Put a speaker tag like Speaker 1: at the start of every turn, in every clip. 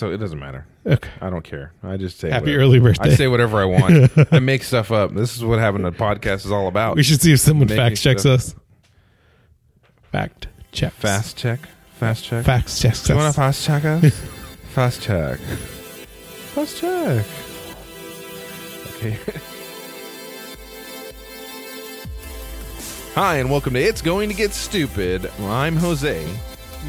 Speaker 1: So it doesn't matter.
Speaker 2: Okay.
Speaker 1: I don't care. I just say
Speaker 2: Happy
Speaker 1: whatever.
Speaker 2: early birthday.
Speaker 1: I say whatever I want. I make stuff up. This is what having a podcast is all about.
Speaker 2: We should see if someone
Speaker 1: Making
Speaker 2: fact checks
Speaker 1: stuff-
Speaker 2: us. Fact checks.
Speaker 1: fast check. Fast check.
Speaker 2: Facts checks
Speaker 1: Do you want
Speaker 2: us.
Speaker 1: to fast check us? fast check. Fast check. Okay. Hi, and welcome to It's Going to Get Stupid. I'm Jose.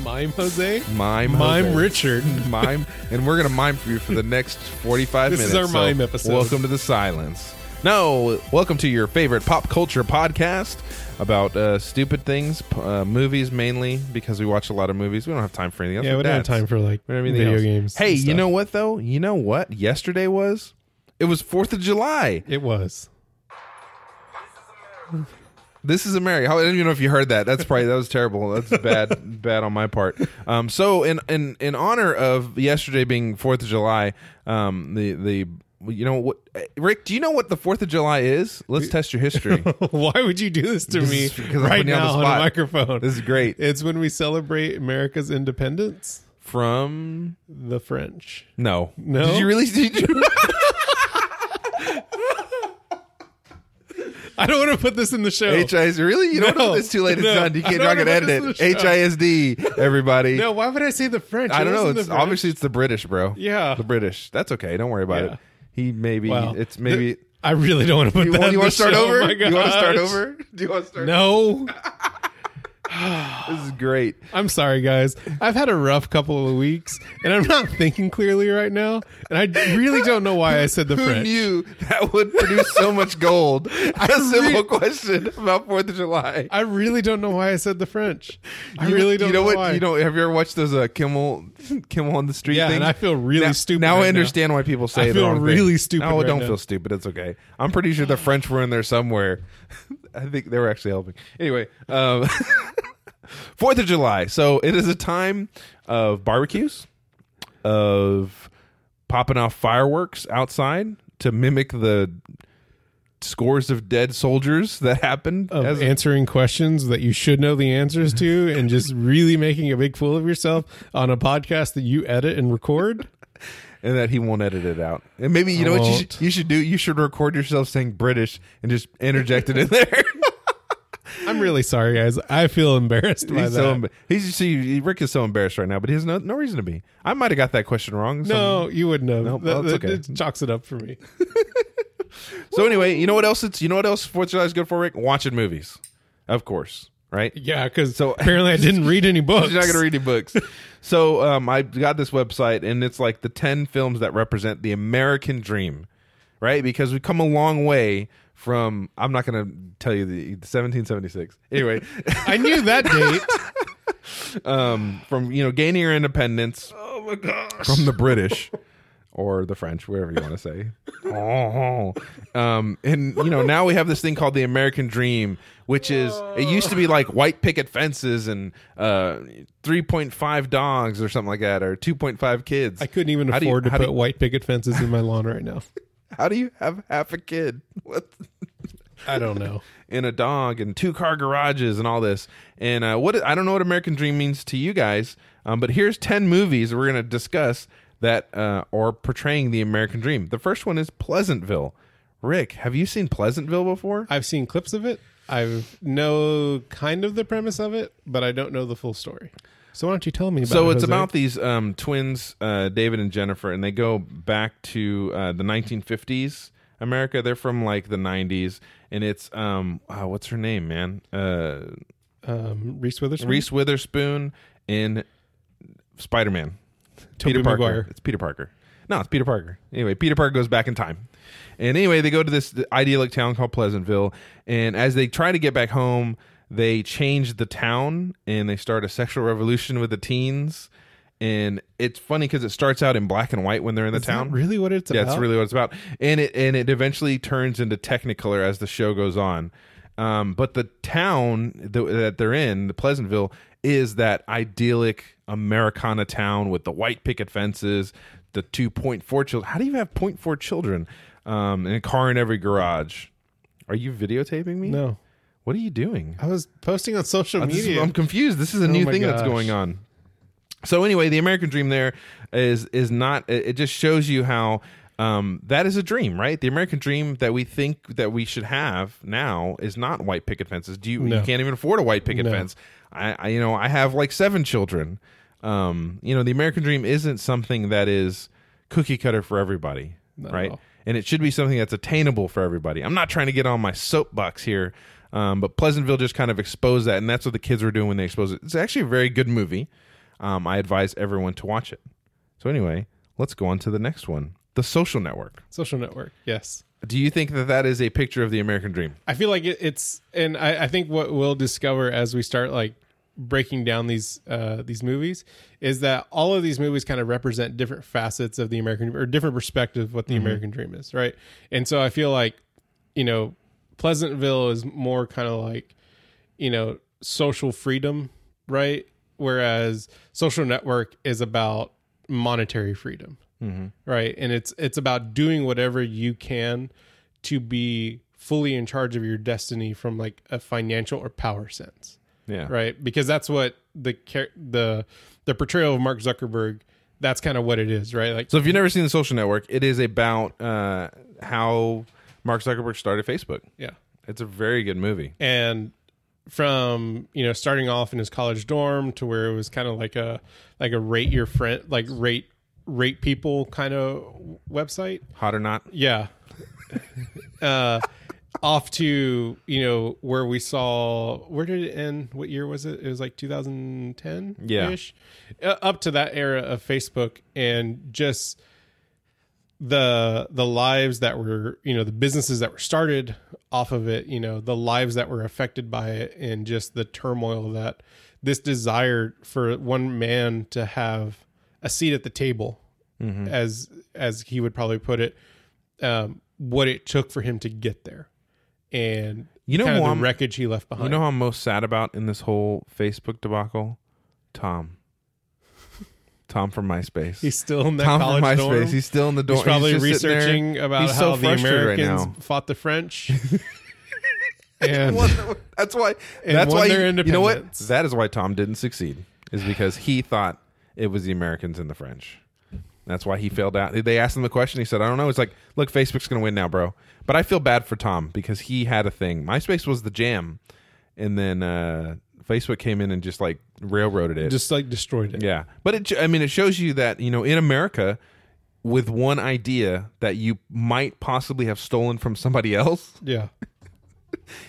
Speaker 2: Mime Jose.
Speaker 1: Mime.
Speaker 2: Mime
Speaker 1: Jose.
Speaker 2: Richard.
Speaker 1: mime, and we're gonna mime for you for the next forty-five
Speaker 2: This is
Speaker 1: minutes.
Speaker 2: our mime episode.
Speaker 1: Welcome to the silence. No, welcome to your favorite pop culture podcast about uh, stupid things, p- uh, movies mainly because we watch a lot of movies. We don't have time for anything else.
Speaker 2: Yeah,
Speaker 1: We're
Speaker 2: we don't have
Speaker 1: dads.
Speaker 2: time for like
Speaker 1: We don't have anything
Speaker 2: video
Speaker 1: else.
Speaker 2: games.
Speaker 1: Hey,
Speaker 2: and
Speaker 1: you
Speaker 2: stuff.
Speaker 1: know what though? You know what? Yesterday was it was Fourth of July.
Speaker 2: it was.
Speaker 1: This is America. I don't even know if you heard that. That's probably that was terrible. That's bad, bad on my part. Um, so in in in honor of yesterday being Fourth of July, um, the the you know what, Rick? Do you know what the Fourth of July is? Let's test your history.
Speaker 2: Why would you do this to
Speaker 1: This
Speaker 2: me
Speaker 1: is because I'm
Speaker 2: right
Speaker 1: putting you on
Speaker 2: now
Speaker 1: the
Speaker 2: on, a
Speaker 1: spot.
Speaker 2: microphone?
Speaker 1: this is great.
Speaker 2: it's when we celebrate America's independence.
Speaker 1: From
Speaker 2: The French.
Speaker 1: no,
Speaker 2: No?
Speaker 1: Did you really? Did you,
Speaker 2: I don't want to put this in the show.
Speaker 1: HIS really? You don't
Speaker 2: No.
Speaker 1: know this too late. It's
Speaker 2: No.
Speaker 1: done. You
Speaker 2: I
Speaker 1: can't. You're
Speaker 2: don't
Speaker 1: not gonna
Speaker 2: know
Speaker 1: edit
Speaker 2: this
Speaker 1: it.
Speaker 2: is a show.
Speaker 1: HISD. Everybody.
Speaker 2: no, why would I say the French?
Speaker 1: I don't know.
Speaker 2: wasn't the
Speaker 1: It's
Speaker 2: French.
Speaker 1: obviously it's the British, bro.
Speaker 2: Yeah.
Speaker 1: the British. That's okay. Don't worry about
Speaker 2: Yeah.
Speaker 1: it. He maybe
Speaker 2: Wow.
Speaker 1: it's maybe.
Speaker 2: I really don't want to put
Speaker 1: You
Speaker 2: that.
Speaker 1: want,
Speaker 2: in
Speaker 1: you want
Speaker 2: the
Speaker 1: to start
Speaker 2: show.
Speaker 1: over?
Speaker 2: Oh my
Speaker 1: you want to start
Speaker 2: gosh.
Speaker 1: over? Do you want to start?
Speaker 2: No,
Speaker 1: This is great.
Speaker 2: I'm sorry, guys. I've had a rough couple of weeks, and I'm not thinking clearly right now. And I really don't know why I said the
Speaker 1: Who
Speaker 2: French.
Speaker 1: knew that would produce so much gold? That's a simple question about Fourth of July.
Speaker 2: I really don't know why I said the French. I
Speaker 1: You-
Speaker 2: really don't
Speaker 1: You know, what?
Speaker 2: why.
Speaker 1: You know? Have you ever watched those uh, Kimmel, Kimmel on the Street?
Speaker 2: Yeah, and
Speaker 1: things?
Speaker 2: I feel really
Speaker 1: now,
Speaker 2: stupid
Speaker 1: Now
Speaker 2: right
Speaker 1: I
Speaker 2: now.
Speaker 1: understand why people say
Speaker 2: I
Speaker 1: the
Speaker 2: feel
Speaker 1: wrong thing.
Speaker 2: really stupid
Speaker 1: No,
Speaker 2: right
Speaker 1: don't
Speaker 2: now.
Speaker 1: feel stupid. It's okay. I'm pretty sure the French were in there somewhere. I think they were actually helping. Anyway, um, Fourth of July. So it is a time of barbecues, of popping off fireworks outside to mimic the scores of dead soldiers that happened
Speaker 2: of
Speaker 1: as
Speaker 2: answering questions that you should know the answers to, and just really making a big fool of yourself on a podcast that you edit and record.
Speaker 1: and that he won't edit it out. And maybe you know what you
Speaker 2: won't.
Speaker 1: should, you should do. You should record yourself saying British and just interject it in there.
Speaker 2: I'm really sorry, guys. I feel embarrassed by
Speaker 1: he's
Speaker 2: that.
Speaker 1: so emb- he's just, he, Rick is so embarrassed right now, but he has no, no reason to be. I might have got that question wrong. So,
Speaker 2: no, you wouldn't have.
Speaker 1: Nope,
Speaker 2: that,
Speaker 1: that's
Speaker 2: that-
Speaker 1: okay.
Speaker 2: It chalks it up for me.
Speaker 1: so anyway, you know what else? It's you know what else Fourth of July is good for, Rick? Watching movies, of course, right?
Speaker 2: Yeah, because
Speaker 1: So-
Speaker 2: apparently I didn't read any books.
Speaker 1: You're not gonna read any books. so um, I got this website, and it's like the ten films that represent the American dream, right? Because we've come a long way from. I'm not gonna tell you the 1776. Anyway,
Speaker 2: I knew that date.
Speaker 1: um, from you know gaining our independence
Speaker 2: oh my gosh.
Speaker 1: from the British or the French, wherever you want to say. Oh. um, and you know now we have this thing called the American Dream, which is it used to be like white picket fences and uh, three point five dogs or something like that, or two point five kids.
Speaker 2: I couldn't even
Speaker 1: How do you-
Speaker 2: afford to
Speaker 1: how do
Speaker 2: put white picket fences in my lawn right now.
Speaker 1: How do you have half a kid? What?
Speaker 2: I don't know.
Speaker 1: and a dog and two car garages and all this. And uh, what I don't know what American Dream means to you guys, um, but here's ten movies we're going to discuss that uh, are portraying the American Dream. The first one is Pleasantville. Rick, have you seen Pleasantville before?
Speaker 2: I've seen clips of it. I know kind of the premise of it, but I don't know the full story. So why don't you tell me about it?
Speaker 1: so it's
Speaker 2: Jose?
Speaker 1: about these um, twins, uh, David and Jennifer, and they go back to uh, the 1950s America. They're from like the 90s, and it's um, oh, what's her name, man? Uh,
Speaker 2: um, Reese Witherspoon.
Speaker 1: Reese Witherspoon in Spider Man.
Speaker 2: Tobey
Speaker 1: Peter Parker.
Speaker 2: Maguire.
Speaker 1: It's Peter Parker. No, it's Peter Parker. Anyway, Peter Parker goes back in time. And anyway, they go to this idyllic town called Pleasantville. And as they try to get back home, they change the town and they start a sexual revolution with the teens. And it's funny because it starts out in black and white when they're in the
Speaker 2: Is
Speaker 1: town.
Speaker 2: that really what it's
Speaker 1: Yeah,
Speaker 2: about?
Speaker 1: that's really what it's about. And it and it eventually turns into Technicolor as the show goes on. Um, but the town th- that they're in, the Pleasantville, is that idyllic Americana town with the white picket fces, the two point four children. How do you have point four children um, and a car in every garage? Are you videotaping me?
Speaker 2: No,
Speaker 1: What are you doing?
Speaker 2: I was posting on social
Speaker 1: This is-
Speaker 2: media. Oh
Speaker 1: I'm confused. This is a new
Speaker 2: my
Speaker 1: thing that's
Speaker 2: gosh.
Speaker 1: going on. so anyway the american dream there is is not it it just shows you how um, that is a dream right the american dream that we think that we should have now is not white picket fences do you you can't even afford a white picket fence I, I you know i have like seven children um, you know the american dream isn't something that is cookie cutter for everybody right
Speaker 2: all.
Speaker 1: and it should be something that's attainable for everybody i'm not trying to get on my soapbox here um, but pleasantville just kind of exposed that and that's what the kids were doing when they exposed it it's actually a very good movie um, i advise everyone to watch it so anyway let's go on to the next one the social network
Speaker 2: Social network. Yes.
Speaker 1: do you think that that is a picture of the american dream
Speaker 2: I feel like it, it's, and I, I think what we'll discover as we start like breaking down these uh, these movies is that all of these movies kind of represent different facets of the American or different perspective of what the American dream is, right? And so I feel like you know Pleasantville is more kind of like you know social freedom, right? Whereas Social Network is about monetary freedom, right? And it's it's about doing whatever you can to be fully in charge of your destiny from like a financial or power sense
Speaker 1: yeah
Speaker 2: right? Because that's what the char- the the portrayal of Mark Zuckerberg. That's kind of what it is, right? Like,
Speaker 1: So if you've never seen The Social Network, it is about uh, how Mark Zuckerberg started Facebook.
Speaker 2: yeah.
Speaker 1: It's a very good movie.
Speaker 2: And from you know starting off in his college dorm to where it was kind of like a like a rate your friend, like rate rate people kind of website.
Speaker 1: Hot or not?
Speaker 2: Yeah. uh, off to you know where we saw where did it end? What year was it? It was like 2010.
Speaker 1: Yeah.
Speaker 2: Uh, up to that era of Facebook and just the the lives that were you know the businesses that were started off of it you know the lives that were affected by it and just the turmoil that this desire for one man to have a seat at the table
Speaker 1: Mm-hmm.
Speaker 2: as as he would probably put it um, what it took for him to get there and
Speaker 1: You know
Speaker 2: kind of
Speaker 1: who
Speaker 2: the
Speaker 1: I'm-
Speaker 2: wreckage he left behind
Speaker 1: You know who I'm most sad about in this whole Facebook debacle? Tom. Tom from MySpace.
Speaker 2: he's still in that
Speaker 1: Tom from
Speaker 2: college
Speaker 1: MySpace.
Speaker 2: dorm
Speaker 1: He's still in the dorm.
Speaker 2: he's probably
Speaker 1: just sitting there.
Speaker 2: researching about
Speaker 1: He's
Speaker 2: how
Speaker 1: so
Speaker 2: the
Speaker 1: frustrated right
Speaker 2: americans
Speaker 1: now.
Speaker 2: fought the french and
Speaker 1: Well, that's why. That's
Speaker 2: won
Speaker 1: why.
Speaker 2: their
Speaker 1: You know what?
Speaker 2: independence.
Speaker 1: That is why Tom didn't succeed. Is because he thought it was the Americans and the French. That's why he failed out. They asked him the question. He said, "I don't know." It's like, look, Facebook's going to win now, bro. But I feel bad for Tom because he had a thing. MySpace was the jam, and then uh, Facebook came in and just like railroaded it.
Speaker 2: just like destroyed it
Speaker 1: Yeah, but it, I mean, it shows you that you know in America, with one idea that you might possibly have stolen from somebody else,
Speaker 2: yeah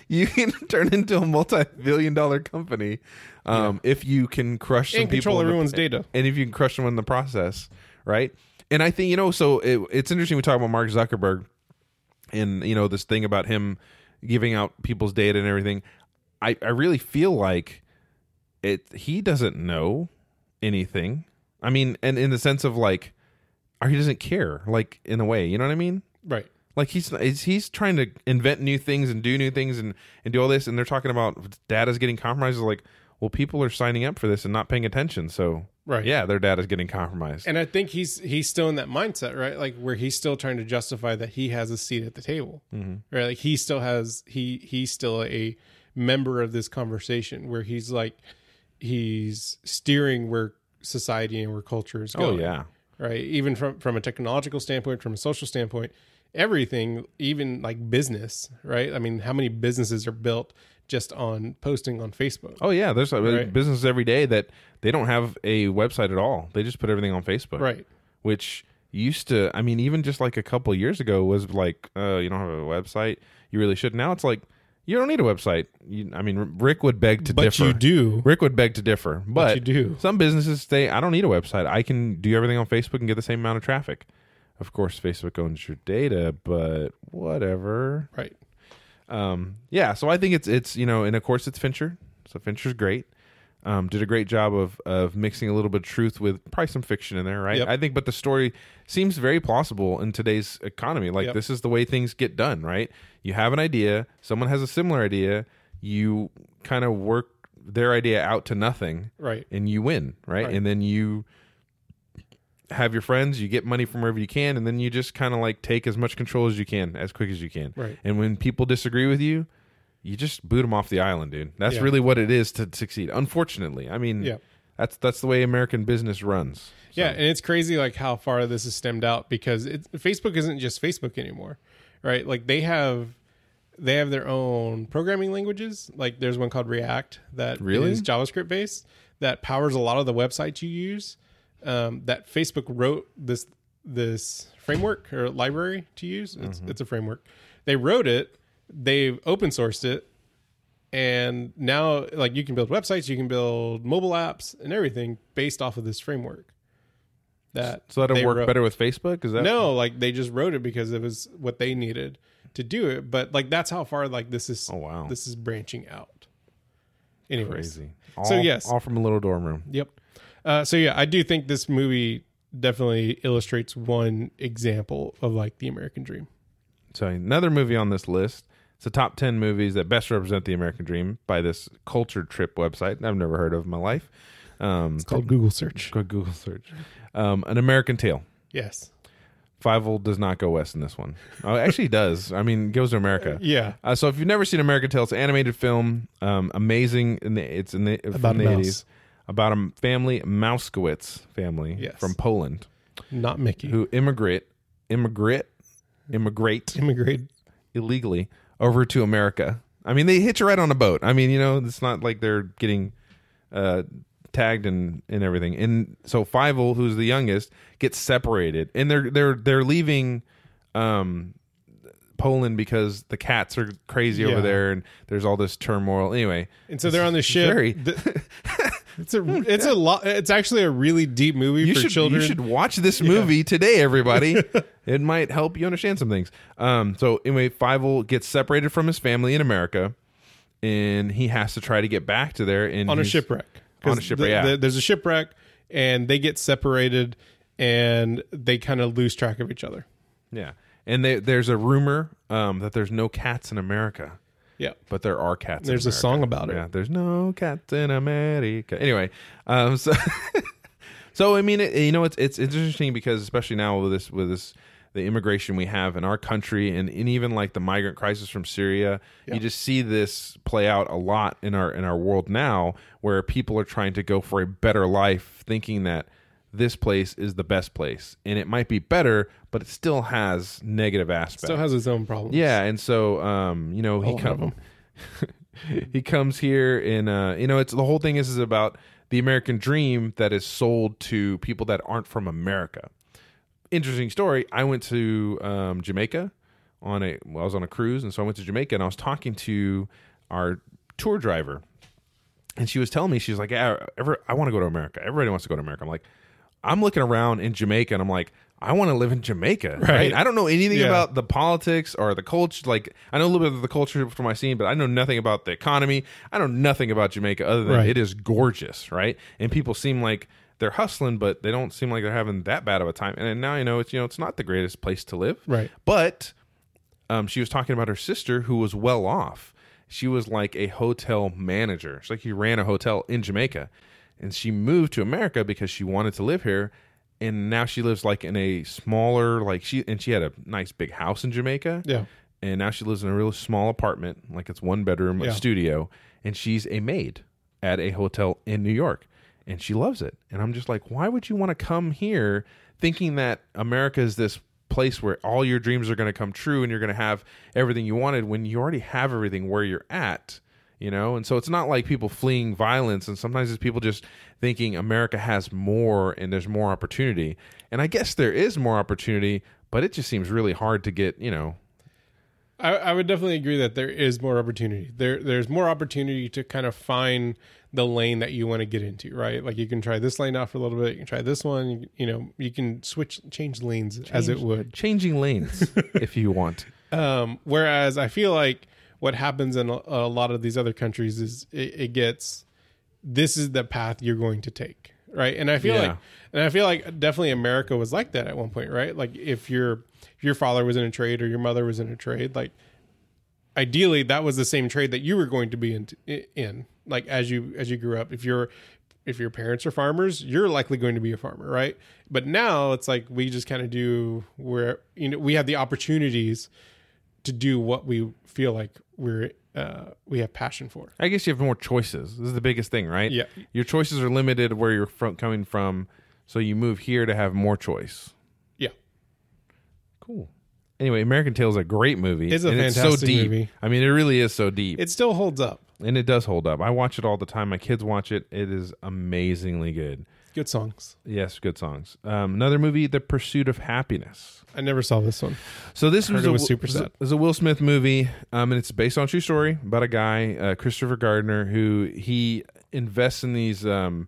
Speaker 1: you can turn into a multi-billion-dollar company um, if you can crush some
Speaker 2: and control
Speaker 1: people in the-
Speaker 2: everyone's data
Speaker 1: and if you can crush them in the process, right? And I think you know, so it, it's interesting we talk about Mark Zuckerberg and you know this thing about him giving out people's data and everything. I, I really feel like it. He doesn't know anything. I mean, and in the sense of like, or he doesn't care. Like in a way, you know what I mean?
Speaker 2: right
Speaker 1: Like he's he's- he's trying to invent new things and do new things and and do all this, and they're talking about data's getting compromised. It's Like, well, people are signing up for this and not paying attention, so
Speaker 2: Right.
Speaker 1: yeah, their data's getting compromised.
Speaker 2: and i think he's he's still in that mindset right like where he's still trying to justify that he has a seat at the table
Speaker 1: Mm-hmm.
Speaker 2: right like he still has he he's still a member of this conversation where he's like he's steering where society and where culture is
Speaker 1: oh
Speaker 2: going
Speaker 1: yeah,
Speaker 2: right even from from a technological standpoint from a social standpoint everything even like business right i mean how many businesses are built just on posting on facebook
Speaker 1: oh yeah. There's uh,
Speaker 2: Right.
Speaker 1: businesses every day that they don't have a website at all. They just put everything on Facebook,
Speaker 2: right
Speaker 1: Which used to, I mean, even just like a couple years ago was like, uh, you don't have a website, you really should. Now it's like. You don't need a website. You, I mean, Rick would beg to
Speaker 2: but
Speaker 1: differ.
Speaker 2: you do
Speaker 1: Rick would beg to differ, but
Speaker 2: you do.
Speaker 1: Some businesses say, "I don't need a website. I can do everything on Facebook and get the same amount of traffic." Of course, Facebook owns your data, but whatever.
Speaker 2: right
Speaker 1: Um, yeah, so I think it's it's you know, and of course it's Fincher. So Fincher's great. Um, did a great job of of mixing a little bit of truth with probably some fiction in there, right?
Speaker 2: Yep.
Speaker 1: I think, but the story seems very plausible in today's economy. Like
Speaker 2: Yep.
Speaker 1: this is the way things get done, right? You have an idea, someone has a similar idea, you kind of work their idea out to nothing,
Speaker 2: right
Speaker 1: and you win, right?
Speaker 2: Right.
Speaker 1: And then you have your friends, you get money from wherever you can, and then you just kind of like take as much control as you can, as quick as you can.
Speaker 2: Right.
Speaker 1: And when people disagree with you, you just boot them off the island, dude. That's
Speaker 2: Yeah.
Speaker 1: really what it is to succeed. Unfortunately, I mean,
Speaker 2: Yeah.
Speaker 1: That's that's the way American business runs. So-
Speaker 2: Yeah, and it's crazy like how far this is stemmed out because it, Facebook isn't just Facebook anymore, right? Like they have they have their own programming languages. Like there's one called React that
Speaker 1: Really?
Speaker 2: is JavaScript based that powers a lot of the websites you use. Um, that Facebook wrote this this framework or library to use. It's
Speaker 1: Mm-hmm.
Speaker 2: it's a framework. They wrote it. They've open sourced it and now like you can build websites you can build mobile apps and everything based off of this framework that
Speaker 1: So that'll
Speaker 2: they
Speaker 1: work
Speaker 2: wrote.
Speaker 1: better with Facebook. Is that
Speaker 2: no like they just wrote it because it was what they needed to do it but like that's how far like this is
Speaker 1: Oh, wow.
Speaker 2: this is branching out anyways
Speaker 1: crazy?
Speaker 2: So
Speaker 1: All-
Speaker 2: yes.
Speaker 1: all from a little dorm room.
Speaker 2: yep uh, so yeah i do think this movie definitely illustrates one example of like the american dream
Speaker 1: So another movie on this list. It's the top ten movies that best represent the American dream by this Culture Trip website. I've never heard of in my life. Um,
Speaker 2: it's called google search
Speaker 1: go Google search. Um, An American Tale.
Speaker 2: yes
Speaker 1: Fievel does not go west in this one. Oh, actually, he does. I mean, he goes to America.
Speaker 2: yeah
Speaker 1: Uh, so if you've never seen American Tale, it's an animated film, um, amazing. In the, it's in the,
Speaker 2: About
Speaker 1: from
Speaker 2: a
Speaker 1: the
Speaker 2: mouse.
Speaker 1: eighties about a family, Mauskowitz family
Speaker 2: Yes.
Speaker 1: from Poland
Speaker 2: not mickey
Speaker 1: who immigrate, immigrate, immigrate
Speaker 2: immigrated
Speaker 1: illegally over to America. I mean, they hitch a ride on a boat. I mean, you know, it's not like they're getting uh, tagged and, and everything. And so Fievel, who's the youngest, gets separated, and they're they're they're leaving um, Poland because the cats are crazy
Speaker 2: Yeah.
Speaker 1: over there, and there's all this turmoil. Anyway,
Speaker 2: And so they're on the ship.
Speaker 1: very-
Speaker 2: The- it's a it's a lot. It's actually a really deep movie
Speaker 1: you
Speaker 2: for
Speaker 1: should
Speaker 2: children.
Speaker 1: you should watch this movie today, everybody. it might help you understand some things. Um, so anyway, Fievel gets separated from his family in America, and he has to try to get back to there. And
Speaker 2: on a
Speaker 1: he's-
Speaker 2: shipwreck.
Speaker 1: On a
Speaker 2: 'Cause
Speaker 1: shipwreck,
Speaker 2: the-
Speaker 1: yeah.
Speaker 2: the- there's a shipwreck, and they get separated, and they kind of lose track of each other.
Speaker 1: yeah. And they, there's a rumor um, that there's no cats in America,
Speaker 2: Yeah.
Speaker 1: but there are cats.
Speaker 2: There's
Speaker 1: in
Speaker 2: a
Speaker 1: America.
Speaker 2: song about it.
Speaker 1: Yeah, there's no cats in America. Anyway, um, so so I mean, it, you know, it's it's interesting because especially now with this with this the immigration we have in our country and, and even like the migrant crisis from Syria, you just see this play out a lot in our in our world now, where people are trying to go for a better life, thinking that this place is the best place, and it might be better, but it still has negative aspects.
Speaker 2: Still has its own problems.
Speaker 1: Yeah, and so um, you know, he
Speaker 2: lot of
Speaker 1: comes he comes here and uh, you know, it's the whole thing is is about the American dream that is sold to people that aren't from America. Interesting story. I went to um, Jamaica on a well, I was on a cruise and so I went to Jamaica and I was talking to our tour driver and she was telling me she's like yeah, ever, i want to go to america everybody wants to go to america i'm like i'm looking around in jamaica and i'm like i want to live in jamaica right, i don't know anything
Speaker 2: Yeah.
Speaker 1: about the politics or the culture like i know a little bit of the culture from my scene but i know nothing about the economy i know nothing about jamaica other than
Speaker 2: Right.
Speaker 1: it is gorgeous right and people seem like they're hustling but they don't seem like they're having that bad of a time and then now you know it's you know it's not the greatest place to live
Speaker 2: Right.
Speaker 1: but um, she was talking about her sister who was well off. She was like a hotel manager. She's like, she ran a hotel in Jamaica. And she moved to America because she wanted to live here. And now she lives like in a smaller, like she, and she had a nice big house in Jamaica.
Speaker 2: Yeah.
Speaker 1: And now she lives in a really small apartment, like it's one bedroom,
Speaker 2: Yeah.
Speaker 1: a studio. And she's a maid at a hotel in New York. And she loves it. And I'm just like, why would you want to come here thinking that America is this place where all your dreams are going to come true and you're going to have everything you wanted when you already have everything where you're at? You know, and so it's not like people fleeing violence, and sometimes it's people just thinking America has more and there's more opportunity. And I guess there is more opportunity, but it just seems really hard to get, you know,
Speaker 2: I, I would definitely agree that there is more opportunity. There, there's more opportunity to kind of find the lane that you want to get into, right? Like you can try this lane out for a little bit. You can try this one. You, you know, you can switch, change lanes as it would.
Speaker 1: changing lanes if you want.
Speaker 2: Um, whereas I feel like what happens in a, a lot of these other countries is it, it gets this is the path you're going to take, right? And I feel
Speaker 1: Yeah.
Speaker 2: like, and I feel like definitely America was like that at one point, right? Like if your if your father was in a trade or your mother was in a trade, like ideally that was the same trade that you were going to be in, in like as you as you grew up if you're if your parents are farmers you're likely going to be a farmer right but now it's like we just kind of do where you know we have the opportunities to do what we feel like we're uh, we have passion for.
Speaker 1: I guess you have more choices. This is the biggest thing, right?
Speaker 2: Yeah.
Speaker 1: Your choices are limited where you're from, coming from, so you move here to have more choice.
Speaker 2: Yeah.
Speaker 1: Cool. Anyway, American Tail is a great movie.
Speaker 2: It's a
Speaker 1: and so
Speaker 2: fantastic
Speaker 1: deep.
Speaker 2: movie.
Speaker 1: I mean, it really is so deep,
Speaker 2: It still holds up.
Speaker 1: and it does hold up. I watch it all the time. My kids watch it. It is amazingly good.
Speaker 2: Good songs.
Speaker 1: Yes, good songs. Um, another movie, The Pursuit of Happiness.
Speaker 2: I never saw this one.
Speaker 1: So this was
Speaker 2: it
Speaker 1: a,
Speaker 2: was super sad.
Speaker 1: It's a Will Smith movie, um, and it's based on a true story about a guy, uh, Christopher Gardner, who he invests in these um,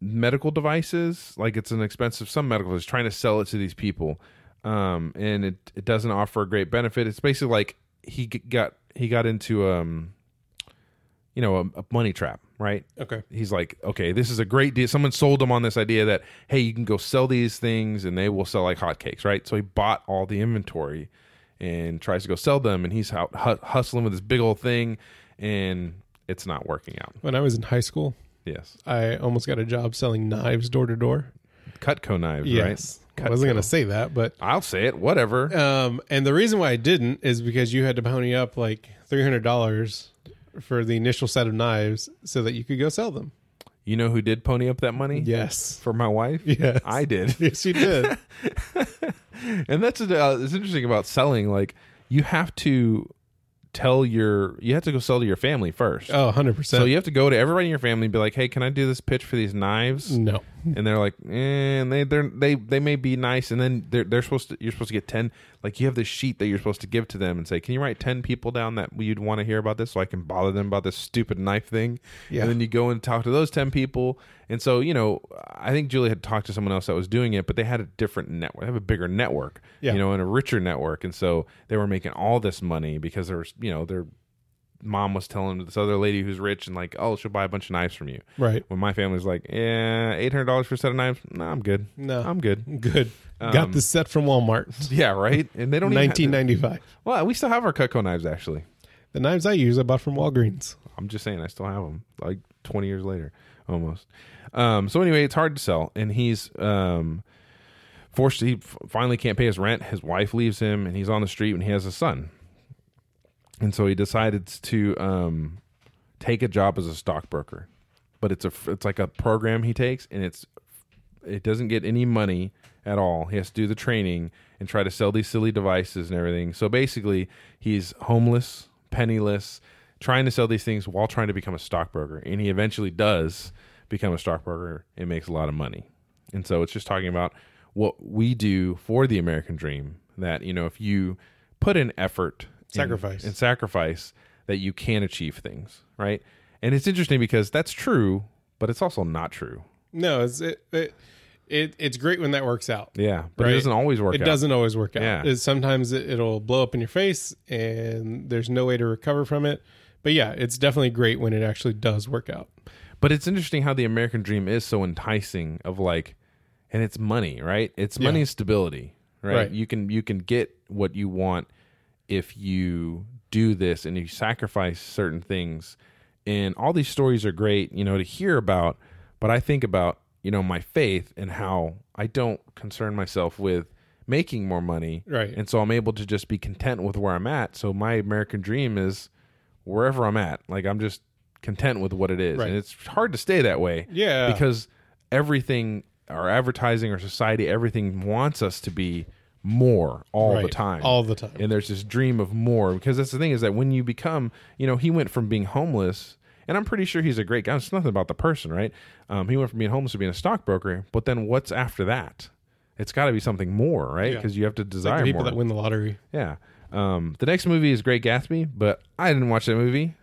Speaker 1: medical devices. Like it's an expensive some medical. He's trying to sell it to these people, um, and it it doesn't offer a great benefit. It's basically like he g- got he got into um, you know, a, a money trap, right?
Speaker 2: Okay.
Speaker 1: he's like, okay, this is a great deal. Someone sold him on this idea that hey, you can go sell these things and they will sell like hotcakes, right? So he bought all the inventory and tries to go sell them, and he's out hu- hustling with this big old thing, and it's not working out.
Speaker 2: When I was in high school,
Speaker 1: Yes,
Speaker 2: I almost got a job selling knives door to door.
Speaker 1: Cutco knives, right?
Speaker 2: Yes. I wasn't going to say that, but
Speaker 1: I'll say it, whatever.
Speaker 2: um, and the reason why I didn't is because you had to pony up like three hundred dollars for the initial set of knives so that you could go sell them.
Speaker 1: You know who did pony up that money?
Speaker 2: Yes.
Speaker 1: For my wife,
Speaker 2: Yes.
Speaker 1: I did.
Speaker 2: Yes, you did.
Speaker 1: and that's uh, it's interesting about selling. Like you have to tell your you have to go sell to your family first.
Speaker 2: oh, 100 percent.
Speaker 1: So you have to go to everybody in your family and be like, "Hey, can I do this pitch for these knives?"
Speaker 2: no.
Speaker 1: And they're like, eh, "And they they're, they they may be nice." And then they're they're supposed to you're supposed to get ten. Like you have this sheet that you're supposed to give to them and say, "Can you write ten people down that you'd want to hear about this, so I can bother them about this stupid knife thing?"
Speaker 2: Yeah.
Speaker 1: And then you go and talk to those ten people. And so you know, I think Julie had talked to someone else that was doing it, but they had a different network. They have a bigger network,
Speaker 2: Yeah.
Speaker 1: you know, and a richer network, and so they were making all this money because there was you know they're mom was telling this other lady who's rich and like, oh, she'll buy a bunch of knives from you.
Speaker 2: Right.
Speaker 1: When my family's like, yeah, eight hundred dollars for a set of knives. No, I'm good.
Speaker 2: No.
Speaker 1: I'm good.
Speaker 2: Good.
Speaker 1: Um,
Speaker 2: got the set from Walmart.
Speaker 1: Yeah, right. And they don't. even have-
Speaker 2: 1995.
Speaker 1: well, we still have our Cutco knives. Actually,
Speaker 2: The knives I use I bought from Walgreens.
Speaker 1: I'm just saying, I still have them. Like twenty years later, almost. Um. So anyway, it's hard to sell, and he's um. Forced, he f- finally can't pay his rent. His wife leaves him, and he's on the street, and he has a son. And so he decided to um, take a job as a stockbroker, but it's a it's like a program he takes, and it's it doesn't get any money at all. He has to do the training and try to sell these silly devices and everything. So basically, he's homeless, penniless, trying to sell these things while trying to become a stockbroker, and he eventually does become a stockbroker and makes a lot of money. And so it's just talking about what we do for the American dream. That you know, if you put in effort, and-
Speaker 2: Sacrifice.
Speaker 1: and sacrifice that you can achieve things, right? And it's interesting because that's true, but it's also not true.
Speaker 2: No, it's it, it, it it's great when that works out.
Speaker 1: Yeah, but it
Speaker 2: Right.
Speaker 1: doesn't always work
Speaker 2: It
Speaker 1: out.
Speaker 2: doesn't always work out.
Speaker 1: Yeah.
Speaker 2: It- sometimes it, it'll blow up in your face, and there's no way to recover from it. But yeah, it's definitely great when it actually does work out.
Speaker 1: But it's interesting how the American dream is so enticing of like and it's money, right? It's money and stability, right?
Speaker 2: Right.
Speaker 1: You can you can get what you want if you do this and you sacrifice certain things. And all these stories are great, you know, to hear about, but I think about, you know, my faith and how I don't concern myself with making more money.
Speaker 2: Right.
Speaker 1: And so I'm able to just be content with where I'm at. So my American dream is wherever I'm at. Like I'm just content with what it is.
Speaker 2: Right.
Speaker 1: And it's hard to stay that way.
Speaker 2: Yeah.
Speaker 1: Because everything our advertising, our society, everything wants us to be more all the
Speaker 2: Right.
Speaker 1: time.
Speaker 2: All the time.
Speaker 1: And there's this dream of more. Because that's the thing is that when you become, you know, he went from being homeless and I'm pretty sure he's a great guy. It's nothing about the person, right? Um, he went from being homeless to being a stockbroker. But then what's after that? It's got to be something more, right?
Speaker 2: Yeah.
Speaker 1: Because you have to desire
Speaker 2: Like the people
Speaker 1: more.
Speaker 2: that win the lottery.
Speaker 1: Yeah. Um, the next movie is Great Gatsby, but I didn't watch that movie.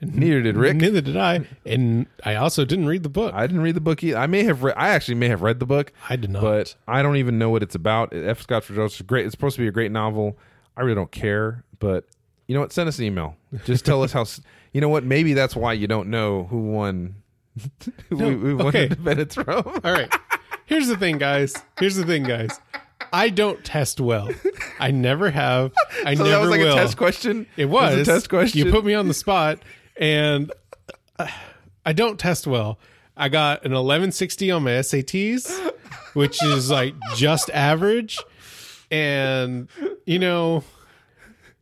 Speaker 1: Neither did Rick.
Speaker 2: Neither did I, and I also didn't read the book. I,
Speaker 1: I didn't read the book either. I may have read. I actually may have read the book,
Speaker 2: did not.
Speaker 1: but I don't even know what it's about. F. Scott Fitzgerald is great. It's supposed to be a great novel. I really don't care, but you know what? Send us an email. Just tell us how. s- You know what? Maybe that's why you don't know who won. who who won
Speaker 2: okay.
Speaker 1: the Bennett's Rome.
Speaker 2: All right. Here's the thing, guys. Here's the thing, guys. I don't test well. I never have. I
Speaker 1: So
Speaker 2: never
Speaker 1: that was like
Speaker 2: will.
Speaker 1: a test question.
Speaker 2: It was,
Speaker 1: a test question.
Speaker 2: You put me on the spot, and uh, I don't test well. I got an 1160 on my SATs, which is like just average, and you know,